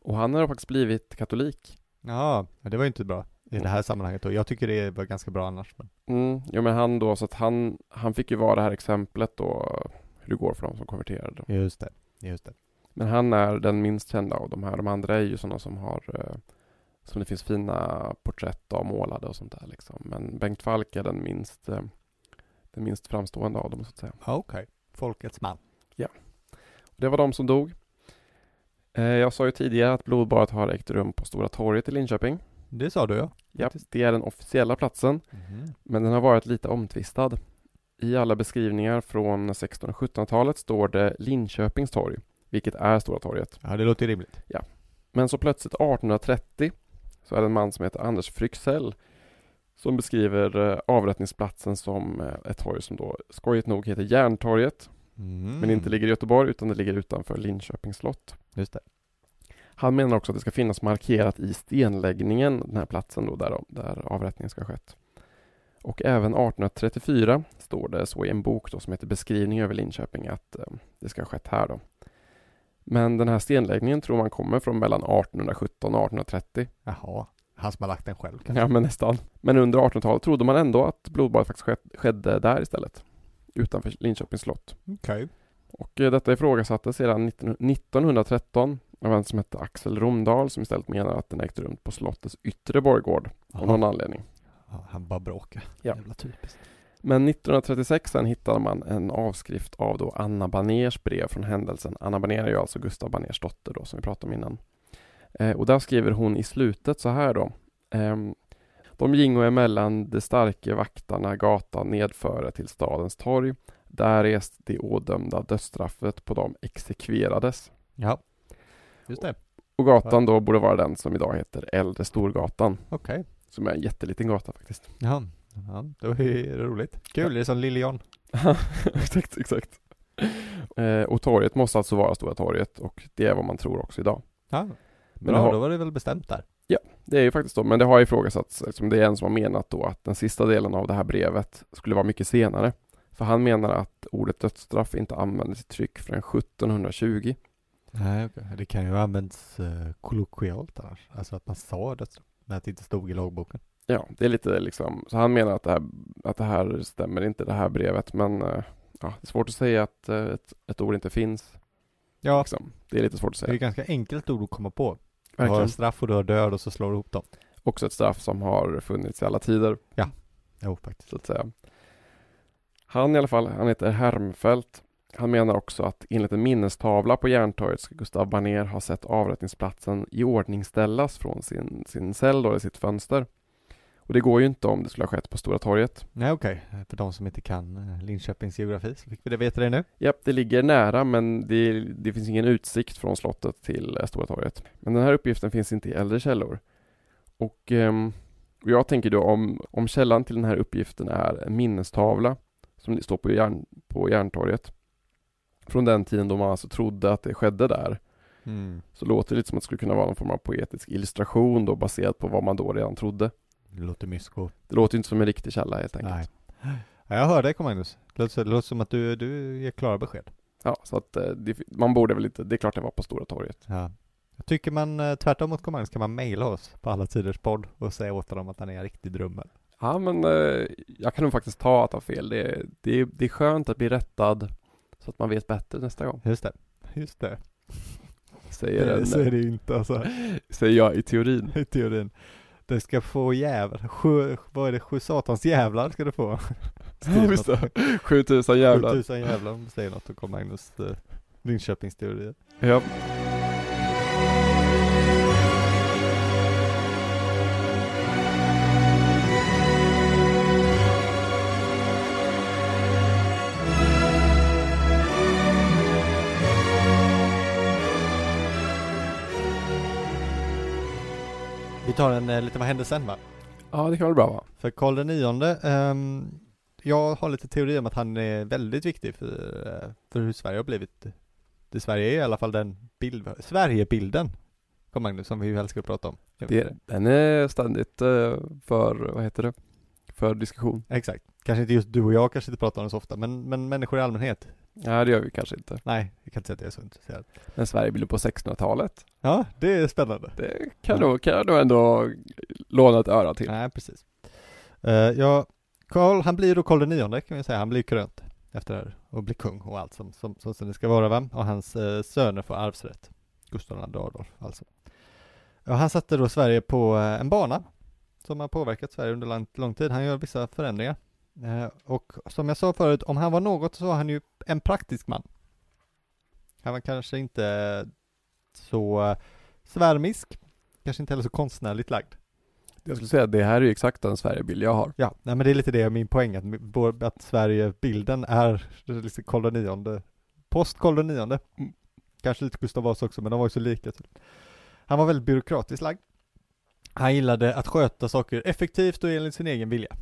Speaker 1: Och han har faktiskt blivit katolik.
Speaker 2: Ja, men det var ju inte bra i det här sammanhanget då. Jag tycker det var ganska bra annars. Men...
Speaker 1: Mm, jo men han då, så att han, han fick ju vara det här exemplet då, hur det går för de som konverterade.
Speaker 2: Just det. Just det.
Speaker 1: Men han är den minst kända av de här. De andra är ju sådana som har eh, Som det finns fina porträtt av målade och sånt där. Liksom. Men Bengt Falk är den minst, eh, den minst framstående av dem så att säga.
Speaker 2: Okej. Folkets man.
Speaker 1: Det var de som dog. Eh, Jag sa ju tidigare att blodbadet har ägt rum på Stora torget i Linköping.
Speaker 2: Det sa du ja.
Speaker 1: Ja, det är den officiella platsen,
Speaker 2: Mm-hmm.
Speaker 1: men den har varit lite omtvistad. I alla beskrivningar från 1600 och 1700-talet står det Linköpings torg, vilket är Stora torget.
Speaker 2: Ja, det låter rimligt.
Speaker 1: Men så plötsligt 1830 så är det en man som heter Anders Fryxell som beskriver eh, avrättningsplatsen som eh, ett torg som då skojigt nog heter Järntorget,
Speaker 2: Mm-hmm.
Speaker 1: men
Speaker 2: Mm.
Speaker 1: inte ligger i Göteborg utan det ligger utanför Linköpings slott.
Speaker 2: Just det.
Speaker 1: Han menar också att det ska finnas markerat i stenläggningen, den här platsen då där, där avrättningen ska ha skett. Och även 1834 står det så i en bok då som heter Beskrivning över Linköping att eh, det ska ha skett här då. Men den här stenläggningen tror man kommer från mellan 1817 och 1830.
Speaker 2: Jaha. Han som har lagt den själv kanske.
Speaker 1: Ja, men nästan. Men under 1800-talet trodde man ändå att blodbadet faktiskt sked- skedde där istället. Utanför Linköpings slott.
Speaker 2: Okej.
Speaker 1: Och eh, detta ifrågasattes sedan 19, 1913 av en som hette Axel Romdahl som istället menar att den ägt rum på slottets yttre borggård av någon anledning.
Speaker 2: Ja, han bara bråkar.
Speaker 1: Ja.
Speaker 2: Jävla typiskt.
Speaker 1: Men 1936 sen hittade man en avskrift av då Anna Baners brev från händelsen. Anna Baner är ju alltså Gustav Baners dotter då som vi pratade om innan. Eh, och där skriver hon i slutet så här då. Ehm, de gingo emellan de starke vaktarna gatan nedföre till stadens torg. Där rest det ådömda dödsstraffet på dem exekverades.
Speaker 2: Ja. Just det.
Speaker 1: Och gatan då borde vara den som idag heter Äldre Storgatan,
Speaker 2: Okej.
Speaker 1: som är en jätteliten gata faktiskt.
Speaker 2: Ja. ja. Det var ju roligt. Kul. Det är som Lille John.
Speaker 1: exakt, exakt. Eh, och torget måste alltså vara Stora torget och det är vad man tror också idag.
Speaker 2: Ja.
Speaker 1: Men
Speaker 2: Bra,
Speaker 1: det har-
Speaker 2: då var det väl bestämt där.
Speaker 1: Det är ju faktiskt så, men det har ifrågasatts, liksom det är en som har menat då att den sista delen av det här brevet skulle vara mycket senare. För han menar att ordet dödsstraff inte användes i tryck förrän 1720.
Speaker 2: Nej, okej. Det kan ju ha använts eh, kollokvialt annars. Alltså att man sa dödsstraff. Men att det inte stod i lagboken.
Speaker 1: Ja, det är lite liksom, så han menar att det här, att det här stämmer inte, det här brevet, men eh, ja, det är svårt att säga att eh, ett, ett ord inte finns.
Speaker 2: Ja.
Speaker 1: Liksom. Det är lite svårt att
Speaker 2: Det är
Speaker 1: säga.
Speaker 2: ju ganska enkelt ord att komma på. Du har
Speaker 1: Verkligen.
Speaker 2: straff och du har död och så slår du ihop dem.
Speaker 1: Också ett straff som har funnits i alla tider,
Speaker 2: Jo, faktiskt.
Speaker 1: så att säga. Han i alla fall, han heter Hermfelt. Han menar också att enligt en minnestavla på Järntorget ska Gustav Baner ha sett avrättningsplatsen iordningställas från sin, sin cell då, eller sitt fönster. Och det går ju inte om det skulle ha skett på Stora torget.
Speaker 2: Nej, okej. För de som inte kan eh, Linköpings geografi så fick vi det veta det nu.
Speaker 1: Japp, det ligger nära men det, det finns ingen utsikt från slottet till eh, Stora torget. Men den här uppgiften finns inte i äldre källor. Och, ehm, och jag tänker då om, om källan till den här uppgiften är en minnestavla som det står på, järn, på Järntorget från den tiden då man alltså trodde att det skedde där
Speaker 2: Mm.
Speaker 1: så låter det lite som att det skulle kunna vara någon form av poetisk illustration då baserat på vad man då redan trodde.
Speaker 2: Det låter mysko.
Speaker 1: Det låter ju inte som en riktig källa helt enkelt.
Speaker 2: Nej. Ja, jag hör dig Magnus. Det låter, det låter som att du, du ger klara besked.
Speaker 1: Ja, så att eh, det, man borde väl inte, det är klart det var på Stora torget.
Speaker 2: Ja. Jag tycker man, eh, tvärtom mot Magnus, kan man mejla oss på alla tiders podd och säga åt dem att han är en riktig drömmare.
Speaker 1: Ja, men eh, jag kan nog faktiskt ta att ha fel. Det, är- det, är- det är skönt att bli rättad så att man vet bättre nästa gång.
Speaker 2: Just det. Just det.
Speaker 1: Säger, en,
Speaker 2: så är det ju inte alltså,
Speaker 1: säger jag i teorin.
Speaker 2: i teorin. Det ska få jävlar, sju, vad är det, sju satans jävlar ska du få.
Speaker 1: Ja, visst det. 7000 jävlar.
Speaker 2: 7000 jävlar om du säger något och kom Magnus eh, Linköpingsteorier.
Speaker 1: Ja.
Speaker 2: Vi tar en eh, lite vad hände sen va?
Speaker 1: ja, det kan väl bra va?
Speaker 2: För Karl den nionde, ehm, jag har lite teori om att han är väldigt viktig för, eh, för hur Sverige har blivit. Det Sverige är i alla fall den bild, Sverigebilden, kom Magnus, som vi ju helst skulle prata om.
Speaker 1: Det, den är ständigt eh, för, vad heter det, för diskussion.
Speaker 2: Exakt. Kanske inte just du och jag kanske inte pratar om det så ofta, men, men människor i allmänhet.
Speaker 1: Nej, det gör vi kanske inte.
Speaker 2: Nej, jag kan inte säga att jag är så intresserad.
Speaker 1: Men Sverige blev på 1600-talet.
Speaker 2: Ja, det är spännande.
Speaker 1: Det kan, nog, kan jag nog ändå låna ett öra till.
Speaker 2: Nej, precis. Eh, ja, Karl, han blir då Karl den nionde kan vi säga, han blir krönt efter det här och blir kung och allt som, som, som, som det ska vara va? Och hans eh, söner får arvsrätt. Gustav II Adolf alltså. Ja, han satte då Sverige på eh, en bana som har påverkat Sverige under lång, lång tid. Han gör vissa förändringar. Eh, Och som jag sa förut, om han var något så var han ju en praktisk man. Han var kanske inte så eh, svärmisk, kanske inte heller så konstnärligt lagd.
Speaker 1: Jag skulle säga att det här är ju exakt den Sverigebild jag har.
Speaker 2: Ja, nej, men det är lite det min poäng, att, vår- att Sverigebilden är liksom kolonionde, postkolonionde.
Speaker 1: Mm.
Speaker 2: Kanske lite Gustav Vasa också, men de var ju så lika. så. Han var väldigt byråkratiskt lagd. Han gillade att sköta saker effektivt och enligt sin egen vilja.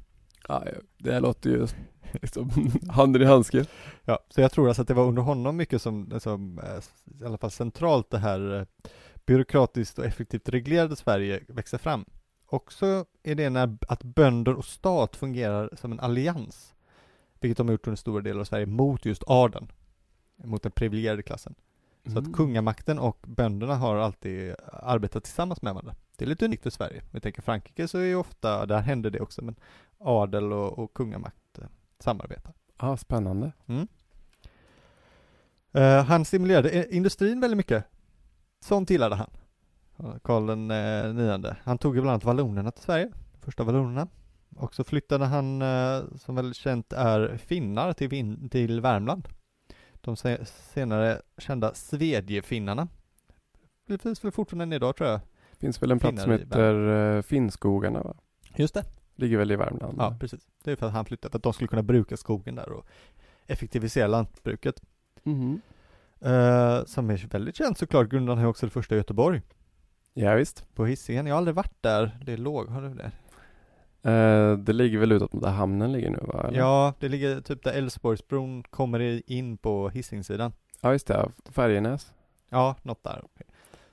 Speaker 1: Ja, det här låter ju liksom handen i handsken.
Speaker 2: Ja, så jag tror alltså att det var under honom mycket som, som eh, s- i alla fall centralt det här eh, byråkratiskt och effektivt reglerade Sverige växer fram. Också är det när, att bönder och stat fungerar som en allians, vilket de har gjort under stora delar av Sverige, mot just adeln, mot den privilegierade klassen. Så
Speaker 1: Mm.
Speaker 2: att kungamakten och bönderna har alltid arbetat tillsammans med varandra. Det är lite unikt för Sverige. Om vi tänker Frankrike så är ju ofta, där händer det också, men adel och, och kungamakt eh, samarbetar.
Speaker 1: Ja, spännande.
Speaker 2: Eh, han stimulerade eh, industrin väldigt mycket. Sånt gillade han. Eh, Karl den eh, nionde. Han tog ju bland annat vallonerna till Sverige, första vallonerna. Och så flyttade han, eh, som väl känt är, finnar till, Vin- till Värmland. De se- senare kända Svedjefinnarna. Det finns väl fortfarande än idag tror jag.
Speaker 1: Finns väl en plats
Speaker 2: Finnar
Speaker 1: som
Speaker 2: i
Speaker 1: heter eh, Finnskogarna va?
Speaker 2: Just det.
Speaker 1: Ligger väl i Värmland?
Speaker 2: Ja, precis. Det är för att han flyttade, för att de skulle kunna bruka skogen där och effektivisera lantbruket.
Speaker 1: Mhm.
Speaker 2: Eh, som är väldigt känt såklart, grundade han ju också det första i Göteborg.
Speaker 1: Ja, visst.
Speaker 2: På Hisingen, jag har aldrig varit där. Det är låg, har du det?
Speaker 1: Eh, det ligger väl utåt mot där hamnen ligger nu va? Eller?
Speaker 2: Ja, det ligger typ där Älvsborgsbron kommer i- in på Hisingssidan.
Speaker 1: ja, just det. Färjenäs.
Speaker 2: Ja, något där.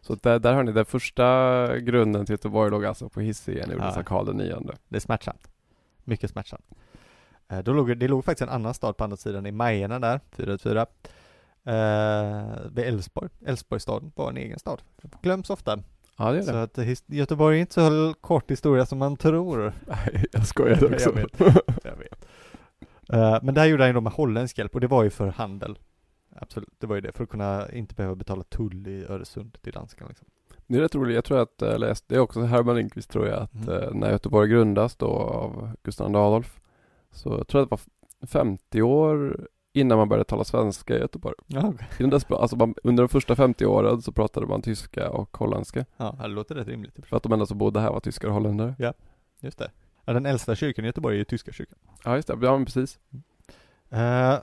Speaker 1: Så där, där har ni, den första grunden till Göteborg låg alltså på Hisingen, gjordes
Speaker 2: Ja.
Speaker 1: av Karl den IX.
Speaker 2: Det är smärtsamt. Mycket smärtsamt. Eh, Då låg, det låg faktiskt en annan stad på andra sidan i Majerna där, 4-4. Eh, vid Älvsborg. Älvsborgsstaden var en egen stad. Glöms ofta.
Speaker 1: Ja, det är
Speaker 2: Så
Speaker 1: det.
Speaker 2: att his- Göteborg är inte så kort historia som man tror.
Speaker 1: Nej, jag skojar också.
Speaker 2: Jag vet. Jag vet. Eh, men det här gjorde han ju då med holländsk hjälp och det var ju för handel. Absolut, det var ju det. För att kunna inte behöva betala tull i Öresund till danskarna liksom.
Speaker 1: Det är rätt roligt, jag tror att, eh, eller det är också Herman Lindqvist tror jag, att
Speaker 2: Mm.
Speaker 1: eh, när Göteborg grundas då av Gustav II Adolf, så jag tror att det var f- 50 år innan man började tala svenska i Göteborg.
Speaker 2: Ja,
Speaker 1: Innan dess, alltså man, under de första 50 åren så pratade man tyska och holländska,
Speaker 2: ja det låter rätt rimligt. i och för sig.
Speaker 1: för att de enda som bodde här var tyskar och holländare.
Speaker 2: Just det. Ja, den äldsta kyrkan i Göteborg är ju tyska kyrkan.
Speaker 1: Ja just det, ja men precis.
Speaker 2: Uh,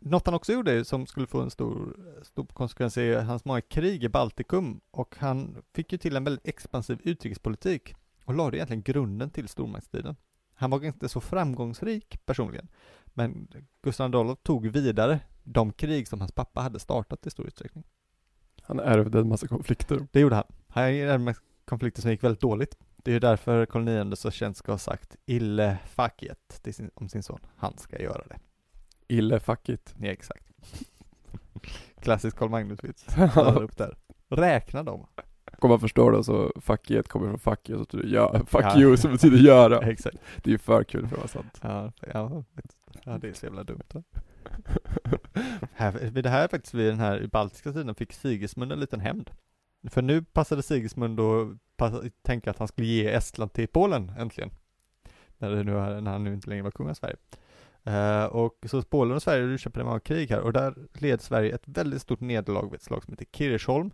Speaker 2: något han också gjorde som skulle få en stor, stor konsekvens är hans många krig i Baltikum och han fick ju till en väldigt expansiv utrikespolitik och lade egentligen grunden till stormaktstiden. Han var inte så framgångsrik personligen, men Gustav Adolf tog vidare de krig som hans pappa hade startat i stor utsträckning.
Speaker 1: Han ärvde en massa konflikter.
Speaker 2: Det gjorde han. Han är konflikter som gick väldigt dåligt. Det är ju därför Karl IX så känt ska ha sagt ille facket till sin, om sin son. Han ska göra det.
Speaker 1: Ille fuck it.
Speaker 2: Ja, exakt. Klassisk Carl Magnus-vits. Stannar
Speaker 1: Kommer
Speaker 2: upp där. Räkna dem.
Speaker 1: man förstå det så fuck it kommer från fuck you, så betyder ja, fuck
Speaker 2: Ja.
Speaker 1: you som betyder göra.
Speaker 2: Exakt.
Speaker 1: Det är ju för kul för att vara sant.
Speaker 2: Ja, ja, ja, det är så jävla dumt. Va? här, vid det här faktiskt, vid den här i baltiska tiden, fick Sigismund en liten hämnd. För nu passade Sigismund då passa, tänka att han skulle ge Estland till Polen äntligen. När, det nu, är- när han nu inte längre var kung av Sverige. Eh, och så Polen och Sverige utkämpade många krig här och där led Sverige ett väldigt stort nederlag vid ett slag som heter Kirchholm.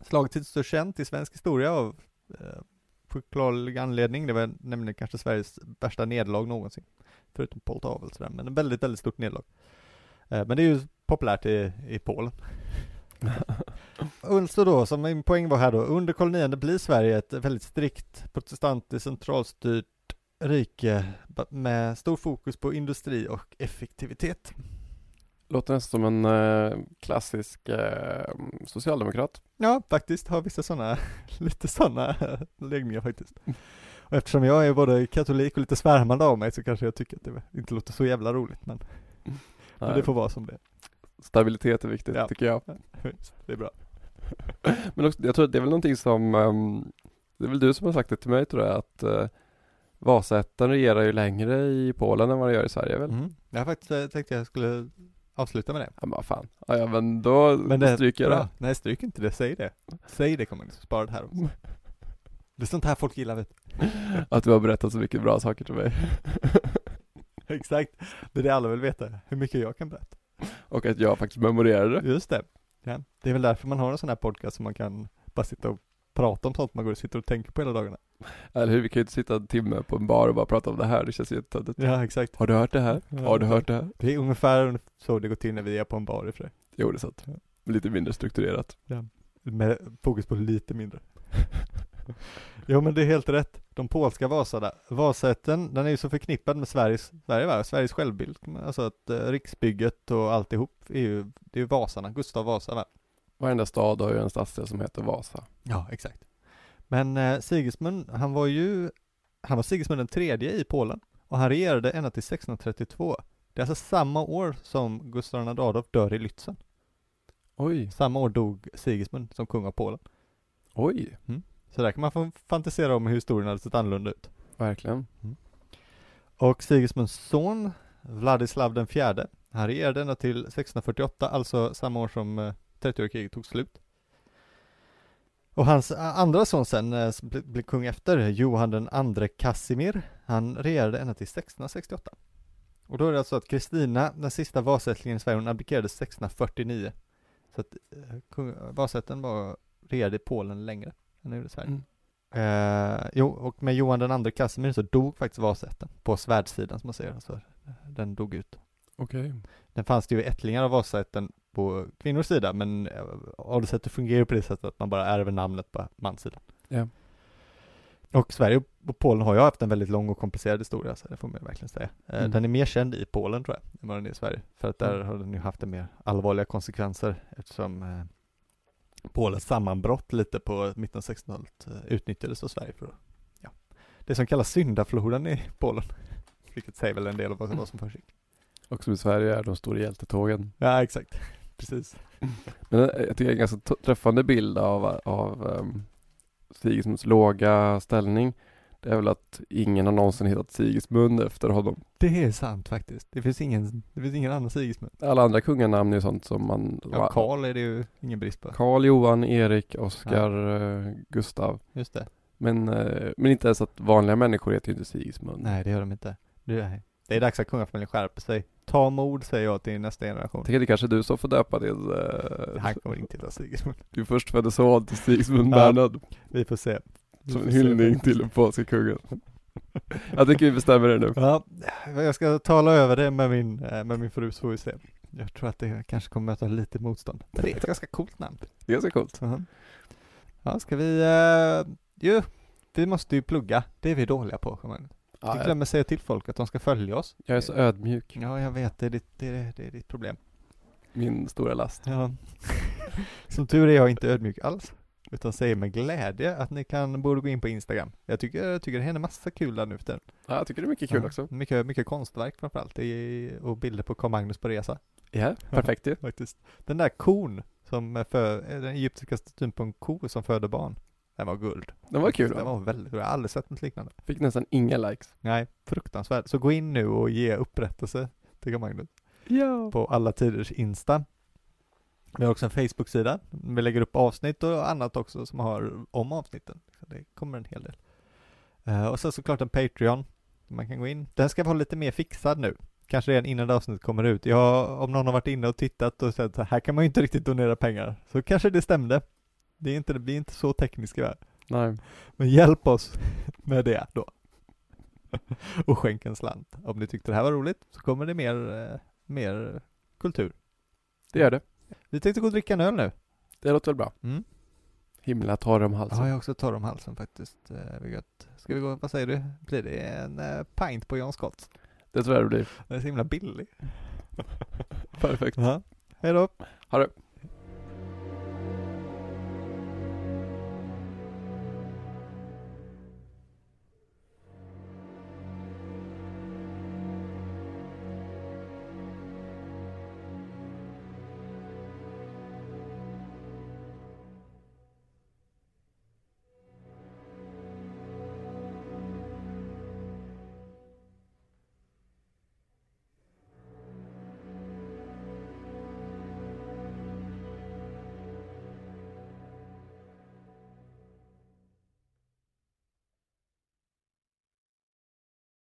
Speaker 2: Slaget är så känt i svensk historia av eh, förklarlig anledning. Det var nämligen kanske Sveriges värsta nederlag någonsin. Förutom Poltava och sådär, men ett väldigt, väldigt stort nederlag. Eh, Men det är ju populärt i, i Polen. Ulster då, som min poäng var här då, under kolonien det blir Sverige ett väldigt strikt protestantiskt centralstyrt rike ba- med stor fokus på industri och effektivitet.
Speaker 1: Låter nästan som en eh, klassisk eh, socialdemokrat.
Speaker 2: Ja, faktiskt har vissa sådana, lite sådana läggningar faktiskt. Och eftersom jag är både katolik och lite svärmande av mig så kanske jag tycker att det inte låter så jävla roligt, men men det får vara som det är.
Speaker 1: Stabilitet är viktigt
Speaker 2: Ja.
Speaker 1: tycker jag.
Speaker 2: Det är bra.
Speaker 1: Men också, jag tror att det är väl någonting som, ehm, det är väl du som har sagt det till mig tror jag, att uh, Vasaätten regerar ju längre i Polen än vad det gör i Sverige väl?
Speaker 2: Mm. Jag faktiskt eh, tänkte jag skulle avsluta med det.
Speaker 1: Ja men vad fan. Ja, ja men då stryker jag
Speaker 2: bra.
Speaker 1: det.
Speaker 2: Nej, stryk inte det. Säg det. Säg det Commander, så sparar det här också. Det är sånt här folk gillar vet du.
Speaker 1: Att du har berättat så mycket bra saker till mig.
Speaker 2: Exakt. Det är det alla vill veta. Hur mycket jag kan berätta.
Speaker 1: Och att jag faktiskt memorerade det.
Speaker 2: Just det. Ja. Det är väl därför man har en sån här podcast som man kan bara sitta och prata om sånt man går och sitter och tänker på hela dagarna.
Speaker 1: Eller hur, vi kan ju inte sitta en timme på en bar och bara prata om det här. Det känns ju inte att...
Speaker 2: Ja, exakt.
Speaker 1: Har du hört det här? Har du hört det här?
Speaker 2: Det är ungefär så det går till när vi är på en bar i och för sig.
Speaker 1: Jo, det är sant. Lite mindre strukturerat.
Speaker 2: Med fokus på lite mindre. jo men det är helt rätt. De polska Vasarna, Vasaätten, den är ju så förknippad med Sveriges, Sverige va? Sveriges självbild. Alltså att eh, riksbygget och alltihop är ju, det är ju Vasarna, Gustav Vasa va?
Speaker 1: Varenda stad har ju en stadsdel som heter Vasa.
Speaker 2: Ja, exakt. Men eh, Sigismund, han var ju, han var Sigismund den tredje i Polen och han regerade ända till 1632. Det är alltså samma år som Gustav II Adolf dör i Lützen.
Speaker 1: Oj,
Speaker 2: Samma år dog Sigismund som kung av Polen.
Speaker 1: oj,
Speaker 2: Så där kan man få fantisera om hur historien hade sett annorlunda ut.
Speaker 1: verkligen.
Speaker 2: Och Sigismunds son, Vladislav den fjärde, han regerade ända till 1648, alltså samma år som eh, 30-årskriget tog slut. Och hans eh, andra son sen, eh, som blev blev kung efter, Johan den andre Kasimir, han regerade ända till 1668. Och då är det alltså att Kristina, den sista vasättlingen i Sverige, hon abdikerade 1649. Så att eh, kung- vasätten var regerade i Polen längre än den gjorde i Sverige.
Speaker 1: Mm.
Speaker 2: Eh, jo, och med Johan den andra Casimir så dog faktiskt Vasätten på svärdsidan som man säger. Alltså, den dog ut.
Speaker 1: Okej.
Speaker 2: Den fanns det ju ättlingar av Vasätten på kvinnors sida, men eh, adelssättet fungerar ju på det sättet att man bara ärver namnet på manssidan.
Speaker 1: Ja.
Speaker 2: Och Sverige och Polen har ju haft en väldigt lång och komplicerad historia, så det får man ju verkligen säga. Eh,
Speaker 1: Mm.
Speaker 2: Den är mer känd i Polen tror jag, än vad den är i Sverige. För att där
Speaker 1: Mm.
Speaker 2: har den ju haft en mer allvarliga konsekvenser eftersom eh, Polens sammanbrott lite på mitten av 1600-talet eh, utnyttjades av Sverige för att, ja, det som kallas syndafloden i Polen. Vilket säger väl en del om vad som- vad som försiggick.
Speaker 1: Och som i Sverige är de stora hjältetågen.
Speaker 2: Ja, exakt. Precis.
Speaker 1: Men eh, jag tycker det är en ganska t- träffande bild av, av ehm, Sigismunds låga ställning. Det är väl att ingen har någonsin hittat Sigismund efter honom.
Speaker 2: Det är sant faktiskt. Det finns ingen, det finns ingen annan Sigismund.
Speaker 1: Alla andra kunganamn är ju sånt som man...
Speaker 2: Ja, Karl är det ju ingen brist på.
Speaker 1: Karl Johan, Erik, Oskar, eh, Gustav.
Speaker 2: Just det.
Speaker 1: Men, eh, men inte ens att vanliga människor heter ju inte Sigismund.
Speaker 2: Nej, det gör de inte. Det är, det är dags att kungafamiljen skärper sig. Ta mod säger jag till nästa generation.
Speaker 1: Tänk att det kanske är du som får döpa din, eh,
Speaker 2: Han kommer inte heta Sigismund.
Speaker 1: din förstfödde son till Sigismund
Speaker 2: Ja.
Speaker 1: Bernhard.
Speaker 2: Vi får se. Vi
Speaker 1: Som
Speaker 2: får
Speaker 1: en
Speaker 2: se.
Speaker 1: hyllning till den polska kungen. Jag tycker vi bestämmer det nu.
Speaker 2: Ja, jag ska tala över det med min, eh, med min fru så får vi se. Jag tror att det kanske kommer möta lite motstånd. Men det är ett ganska coolt namn.
Speaker 1: Det är så coolt.
Speaker 2: Ja, ska vi... Eh, ju, vi måste ju plugga. Det är vi dåliga på, Sjöman.
Speaker 1: Ja,
Speaker 2: vi
Speaker 1: jag,
Speaker 2: glömmer säga till folk att de ska följa oss.
Speaker 1: jag är så ödmjuk.
Speaker 2: Ja, jag vet. Det är ditt, det är, det är ditt problem.
Speaker 1: Min stora last.
Speaker 2: Ja. Som tur är jag inte ödmjuk alls, utan säger med glädje att ni kan, borde gå in på Instagram. Jag tycker, jag tycker det händer massa kul där nu för tiden.
Speaker 1: Ja, jag tycker det är mycket kul
Speaker 2: Ja.
Speaker 1: också.
Speaker 2: Mycket, mycket konstverk framförallt, Det är- och bilder på Carl Magnus på resa
Speaker 1: Ja, perfekt ju.
Speaker 2: faktiskt. Den där kon, som är för, den egyptiska statyn på en ko som föder barn, den var guld.
Speaker 1: Den var kul. va?
Speaker 2: Den var väldigt, jag har aldrig sett något liknande.
Speaker 1: Fick nästan inga likes.
Speaker 2: Nej, fruktansvärt. Så gå in nu och ge upprättelse till Carl Magnus
Speaker 1: Ja.
Speaker 2: på alla tiders Insta. Vi har också en Facebook-sida. Vi lägger upp avsnitt och annat också som har om avsnitten. Så det kommer en hel del. Eh, och sen såklart en Patreon. Man kan gå in. Den ska vara lite mer fixad nu. Kanske redan innan det avsnittet kommer ut. Jag, om någon har varit inne och tittat och sagt så här kan man ju inte riktigt donera pengar. Så kanske det stämde. Det, är inte, det blir inte så tekniskt tyvärr.
Speaker 1: Nej.
Speaker 2: Men hjälp oss med det då. Och skänk en slant. Om ni tyckte det här var roligt så kommer det mer, eh, mer kultur.
Speaker 1: Det gör det.
Speaker 2: Vi tänkte gå och dricka en öl nu.
Speaker 1: Det låter väl bra.
Speaker 2: Mm.
Speaker 1: Himla torr om halsen.
Speaker 2: Ja, jag också tar om halsen faktiskt. Eh, vad gött. Ska vi gå, vad säger du? Blir det en eh, pint på John Scott?
Speaker 1: Det tror jag det blir.
Speaker 2: Den är så himla billig.
Speaker 1: Perfekt.
Speaker 2: Ja. Hej då.
Speaker 1: Ha det.